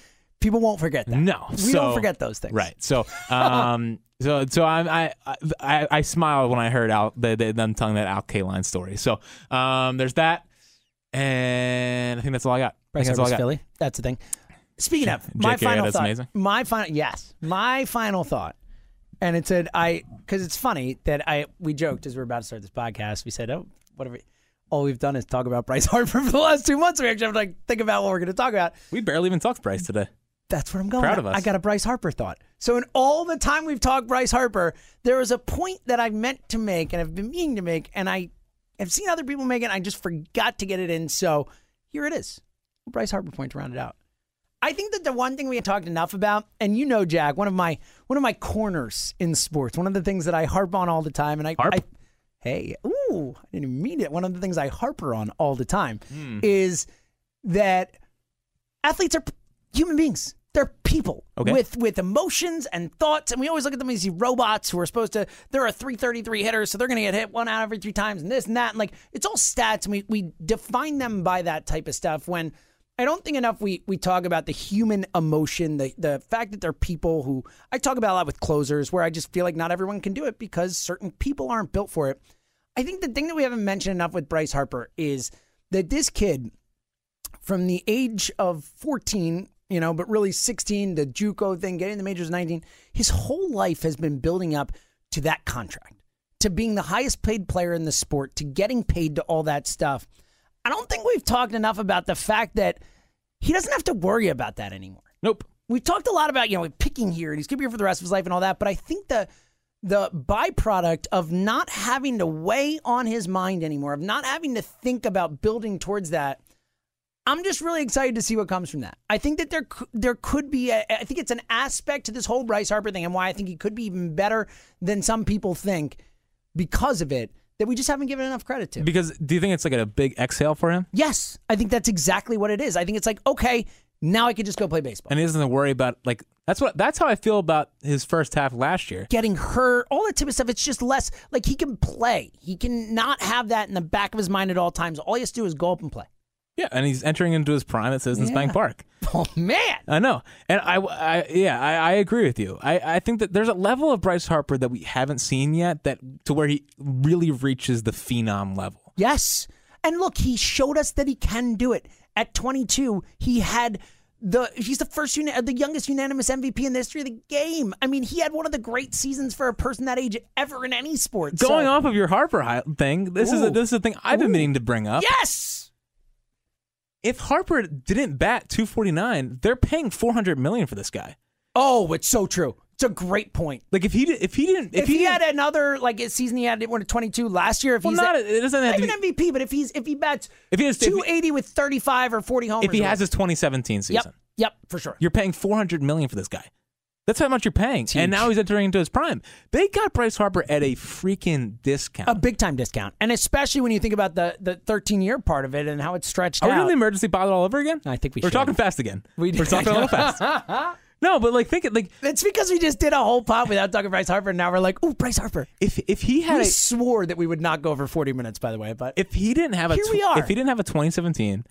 [SPEAKER 3] people won't forget that.
[SPEAKER 4] No,
[SPEAKER 3] we
[SPEAKER 4] so-
[SPEAKER 3] don't forget those things.
[SPEAKER 4] Right.
[SPEAKER 3] <laughs>
[SPEAKER 4] So, um, so, so I, I, I, I smiled when I heard Al, the, the, them telling that Al Kaline story. So, um, there's that, and I think that's all I got. I
[SPEAKER 3] Bryce
[SPEAKER 4] think that's all I
[SPEAKER 3] Harper's
[SPEAKER 4] got.
[SPEAKER 3] Philly. That's the thing. Speaking of, my
[SPEAKER 4] Jake
[SPEAKER 3] final
[SPEAKER 4] Arrieta's
[SPEAKER 3] thought.
[SPEAKER 4] amazing.
[SPEAKER 3] My final, yes, my final thought, and it said I because it's funny that I we joked as we were about to start this podcast. We said, oh, whatever. All we've done is talk about Bryce Harper <laughs> for the last two months. We actually have to like think about what we're going to talk about.
[SPEAKER 4] We barely even talked Bryce today.
[SPEAKER 3] That's where I'm going.
[SPEAKER 4] Proud of us.
[SPEAKER 3] I got a Bryce Harper thought. So in all the time we've talked Bryce Harper, there was a point that I meant to make and I've been meaning to make, and I have seen other people make it. And I just forgot to get it in. So here it is, Bryce Harper point to round it out. I think that the one thing we had talked enough about, and you know, Jack, one of my one of my corners in sports, one of the things that I harp on all the time, and I,
[SPEAKER 4] Harp?
[SPEAKER 3] I hey, ooh, I didn't even mean it. One of the things I harper on all the time
[SPEAKER 4] Hmm.
[SPEAKER 3] is that athletes are p- human beings. They're people
[SPEAKER 4] Okay.
[SPEAKER 3] with with emotions and thoughts, and we always look at them as these robots who are supposed to. They're a three thirty three hitter, so they're going to get hit one out every three times, and this and that, and like it's all stats, and we we define them by that type of stuff. When I don't think enough we we talk about the human emotion, the the fact that they're people who I talk about a lot with closers, where I just feel like not everyone can do it because certain people aren't built for it. I think the thing that we haven't mentioned enough with Bryce Harper is that this kid from the age of 14, you know, but really 16, the JUCO thing, getting the majors at 19, his whole life has been building up to that contract, to being the highest paid player in the sport, to getting paid to all that stuff. I don't think we've talked enough about the fact that he doesn't have to worry about that anymore
[SPEAKER 4] Nope.
[SPEAKER 3] we've talked a lot about you know picking here and he's gonna be here for the rest of his life and all that but i think the the byproduct of not having to weigh on his mind anymore of not having to think about building towards that i'm just really excited to see what comes from that i think that there cou- there could be a, i think it's an aspect to this whole bryce harper thing and why i think he could be even better than some people think because of it that we just haven't given enough credit to
[SPEAKER 4] Because do you think it's like a big exhale for him?
[SPEAKER 3] yes i think that's exactly what it is i think it's like okay now i can just go play baseball
[SPEAKER 4] And he doesn't worry about like that's what that's how I feel about his first half last year.
[SPEAKER 3] getting hurt, all that type of stuff. It's just less like he can play. He can not have that in the back of his mind at all times. All he has to do is go up and play. <laughs>
[SPEAKER 4] Yeah, and he's entering into his prime at Citizens Bank Park.
[SPEAKER 3] Oh man.
[SPEAKER 4] I know, and I, I yeah, I, I agree with you. I, I think that there's a level of Bryce Harper that we haven't seen yet, that to where he really reaches the phenom level.
[SPEAKER 3] Yes. And look, he showed us that he can do it. At 22, he had the he's the first uni- the youngest unanimous MVP in the history of the game. I mean, he had one of the great seasons for a person that age ever in any sport. So-
[SPEAKER 4] Going off of your Harper hi- thing, this is a,
[SPEAKER 3] Ooh.
[SPEAKER 4] this is a thing I've been meaning to bring up.
[SPEAKER 3] Yes.
[SPEAKER 4] If Harper didn't bat 249, they're paying 400 million for this guy.
[SPEAKER 3] Oh, it's so true. It's a great point.
[SPEAKER 4] Like if he did, if he didn't
[SPEAKER 3] If, he,
[SPEAKER 4] didn't-
[SPEAKER 3] had another like a season he had one at 22 last year, if
[SPEAKER 4] well,
[SPEAKER 3] he's
[SPEAKER 4] not it doesn't have
[SPEAKER 3] not
[SPEAKER 4] to
[SPEAKER 3] even
[SPEAKER 4] be,
[SPEAKER 3] MVP, but if he's if he bats
[SPEAKER 4] If he has- if he-
[SPEAKER 3] 280 with 35 or 40 homers,
[SPEAKER 4] if he
[SPEAKER 3] or
[SPEAKER 4] has his 2017 season.
[SPEAKER 3] whatever. yep, yep, for sure.
[SPEAKER 4] You're paying 400 million for this guy. That's how much you're paying. And now he's entering into his prime. They got Bryce Harper at a freaking discount.
[SPEAKER 3] a big time discount, and especially when you think about the the 13 year part of it and how it's stretched
[SPEAKER 4] Are we
[SPEAKER 3] out.
[SPEAKER 4] doing the emergency pilot all over again?
[SPEAKER 3] I think we
[SPEAKER 4] We're
[SPEAKER 3] should.
[SPEAKER 4] talking fast again.
[SPEAKER 3] We
[SPEAKER 4] We're
[SPEAKER 3] did. <laughs>
[SPEAKER 4] talking a little fast. No, but like think it like
[SPEAKER 3] it's because we just did a whole pod without talking Bryce Harper, and now we're like, ooh, Bryce Harper.
[SPEAKER 4] if if he had
[SPEAKER 3] We
[SPEAKER 4] a,
[SPEAKER 3] swore that we would not go over 40 minutes, by the way, but
[SPEAKER 4] if he didn't have a
[SPEAKER 3] Here
[SPEAKER 4] tw-
[SPEAKER 3] we are.
[SPEAKER 4] if he didn't have a 2017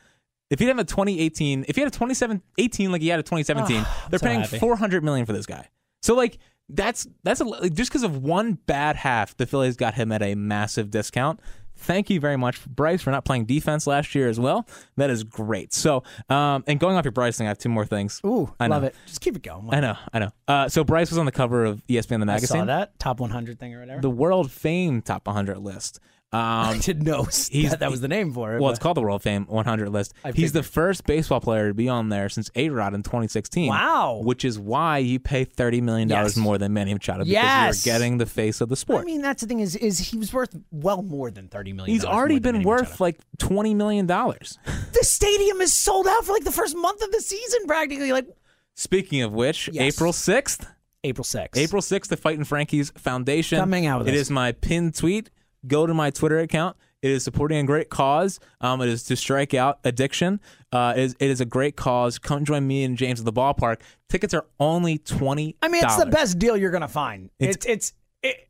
[SPEAKER 4] if he didn't have a 2018 if he had a 2018 like he had a 2017 they're
[SPEAKER 3] so
[SPEAKER 4] paying
[SPEAKER 3] happy.
[SPEAKER 4] 400 million for this guy. So like that's that's a, like, just because of one bad half the Phillies got him at a massive discount. Thank you very much, Bryce, for not playing defense last year as well. That is great. So, um, and going off your Bryce thing, I have two more things.
[SPEAKER 3] Ooh,
[SPEAKER 4] I know.
[SPEAKER 3] love it. Just keep it going.
[SPEAKER 4] I know, I know. Uh, so Bryce was on the cover of E ESPN the
[SPEAKER 3] I
[SPEAKER 4] magazine,
[SPEAKER 3] saw that top 100 thing or whatever.
[SPEAKER 4] the World Fame Top 100 list. Um,
[SPEAKER 3] <laughs> I didn't know that, that was the name for it. but-
[SPEAKER 4] well, it's called the World Fame 100 list.
[SPEAKER 3] I
[SPEAKER 4] He's the first baseball player to be on there since A Rod in 2016.
[SPEAKER 3] Wow.
[SPEAKER 4] Which is why you pay $30 million
[SPEAKER 3] Yes.
[SPEAKER 4] more than Manny Machado because
[SPEAKER 3] Yes.
[SPEAKER 4] you're getting the face of the sport.
[SPEAKER 3] I mean, that's the thing is, is he was worth well more than thirty million.
[SPEAKER 4] He's
[SPEAKER 3] dollars
[SPEAKER 4] already
[SPEAKER 3] more than
[SPEAKER 4] been
[SPEAKER 3] Manny
[SPEAKER 4] worth
[SPEAKER 3] Machado.
[SPEAKER 4] like $20 million.
[SPEAKER 3] The stadium is sold out for like the first month of the season, practically. Like
[SPEAKER 4] Speaking of which,
[SPEAKER 3] Yes.
[SPEAKER 4] April 6th,
[SPEAKER 3] April 6th.
[SPEAKER 4] April 6th, the Fighting Frankie's Foundation.
[SPEAKER 3] Come hang out with
[SPEAKER 4] It
[SPEAKER 3] us.
[SPEAKER 4] is my pinned tweet. Go to my Twitter account. It is supporting a great cause. Um, it is to strike out addiction. Uh, it, is, it is a great cause. Come join me and James at the ballpark. Tickets are only twenty.
[SPEAKER 3] I mean, it's the best deal you're gonna find.
[SPEAKER 4] It's-
[SPEAKER 3] It's it's it,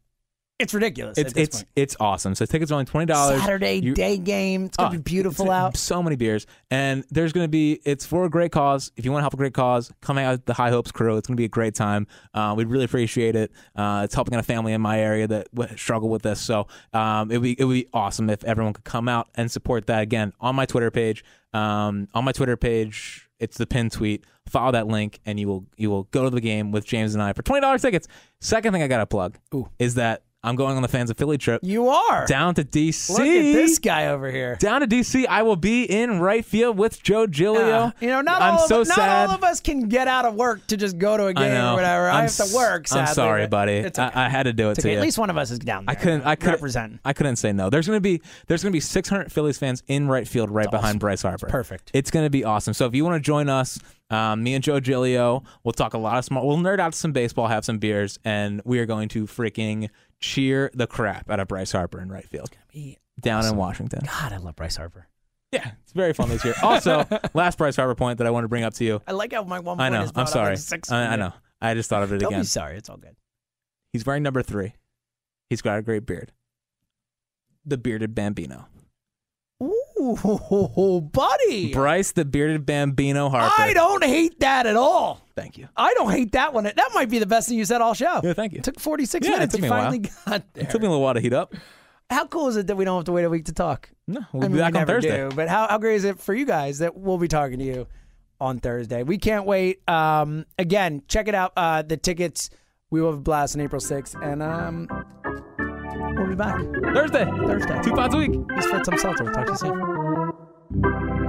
[SPEAKER 3] it's ridiculous.
[SPEAKER 4] It's
[SPEAKER 3] at this
[SPEAKER 4] it's
[SPEAKER 3] point.
[SPEAKER 4] it's awesome. So tickets are only twenty dollars. Ah,
[SPEAKER 3] Saturday day game. It's gonna be beautiful out.
[SPEAKER 4] So many beers, and there's going to be. It's for a great cause. If you want to help a great cause, come hang out with the High Hopes crew. It's going to be a great time. Uh, we'd really appreciate it. Uh, it's helping a family in my area that w- struggle with this, so um, it would be it would be awesome if everyone could come out and support that. Again, on my Twitter page, um, on my Twitter page, it's the pin tweet. Follow that link, and you will you will go to the game with James and I for twenty dollars tickets. Second thing I got to plug is that I'm going on the fans of Philly trip.
[SPEAKER 3] You are.
[SPEAKER 4] down to DC.
[SPEAKER 3] Look at this guy over here.
[SPEAKER 4] Down to DC, I will be in right field with Joe Giglio.
[SPEAKER 3] Uh, you know, not
[SPEAKER 4] I'm
[SPEAKER 3] all
[SPEAKER 4] so
[SPEAKER 3] of, not
[SPEAKER 4] sad.
[SPEAKER 3] all of us can get out of work to just go to a game
[SPEAKER 4] I know.
[SPEAKER 3] or whatever. i
[SPEAKER 4] I'm
[SPEAKER 3] have to
[SPEAKER 4] s-
[SPEAKER 3] work. Sadly,
[SPEAKER 4] I'm sorry,
[SPEAKER 3] but
[SPEAKER 4] buddy.
[SPEAKER 3] It's okay.
[SPEAKER 4] I, I had to do it
[SPEAKER 3] It's
[SPEAKER 4] to
[SPEAKER 3] okay.
[SPEAKER 4] you.
[SPEAKER 3] At least one of us is down there.
[SPEAKER 4] I couldn't. I couldn't
[SPEAKER 3] represent.
[SPEAKER 4] I couldn't say no. There's going to be there's going to be 600 Phillies fans in right field, right behind Bryce Harper.
[SPEAKER 3] perfect.
[SPEAKER 4] It's going to be awesome. So if you want to join us, um, me and Joe Giglio, we'll talk a lot of smart. We'll nerd out some baseball, have some beers, and we are going to freaking cheer the crap out of Bryce Harper in right field down in Washington.
[SPEAKER 3] God, I love Bryce Harper.
[SPEAKER 4] Yeah, it's very fun this year.
[SPEAKER 3] <laughs>
[SPEAKER 4] Also, last Bryce Harper point that I want to bring up to you.
[SPEAKER 3] I like how my one.
[SPEAKER 4] I
[SPEAKER 3] point
[SPEAKER 4] know.
[SPEAKER 3] is brought
[SPEAKER 4] I'm
[SPEAKER 3] up
[SPEAKER 4] sorry.
[SPEAKER 3] like six
[SPEAKER 4] I, I
[SPEAKER 3] minutes.
[SPEAKER 4] know. I just thought of it
[SPEAKER 3] Don't
[SPEAKER 4] again.
[SPEAKER 3] be sorry. It's all good.
[SPEAKER 4] He's wearing number three. He's got a great beard. The bearded Bambino.
[SPEAKER 3] Ooh, <laughs> buddy.
[SPEAKER 4] Bryce, the bearded Bambino Harper.
[SPEAKER 3] I don't hate that at all.
[SPEAKER 4] Thank you.
[SPEAKER 3] I don't hate that one. That might be the best thing you said all show.
[SPEAKER 4] Yeah, thank you.
[SPEAKER 3] It took 46
[SPEAKER 4] Yeah, it
[SPEAKER 3] minutes.
[SPEAKER 4] took
[SPEAKER 3] you
[SPEAKER 4] me a while.
[SPEAKER 3] finally got there.
[SPEAKER 4] It took me a little while to heat up.
[SPEAKER 3] how cool is it that we don't have to wait a week to talk?
[SPEAKER 4] No, we'll
[SPEAKER 3] I mean,
[SPEAKER 4] be
[SPEAKER 3] we
[SPEAKER 4] back on
[SPEAKER 3] never
[SPEAKER 4] Thursday.
[SPEAKER 3] do, but how, how great is it for you guys that we'll be talking to you on Thursday? We can't wait. Um, again, check it out. Uh, the tickets. We will have a blast on April 6th. And um, we'll be back
[SPEAKER 4] Thursday.
[SPEAKER 3] Thursday.
[SPEAKER 4] Two pods a week.
[SPEAKER 3] He's Fred Tom Seltzer. We'll talk to you soon.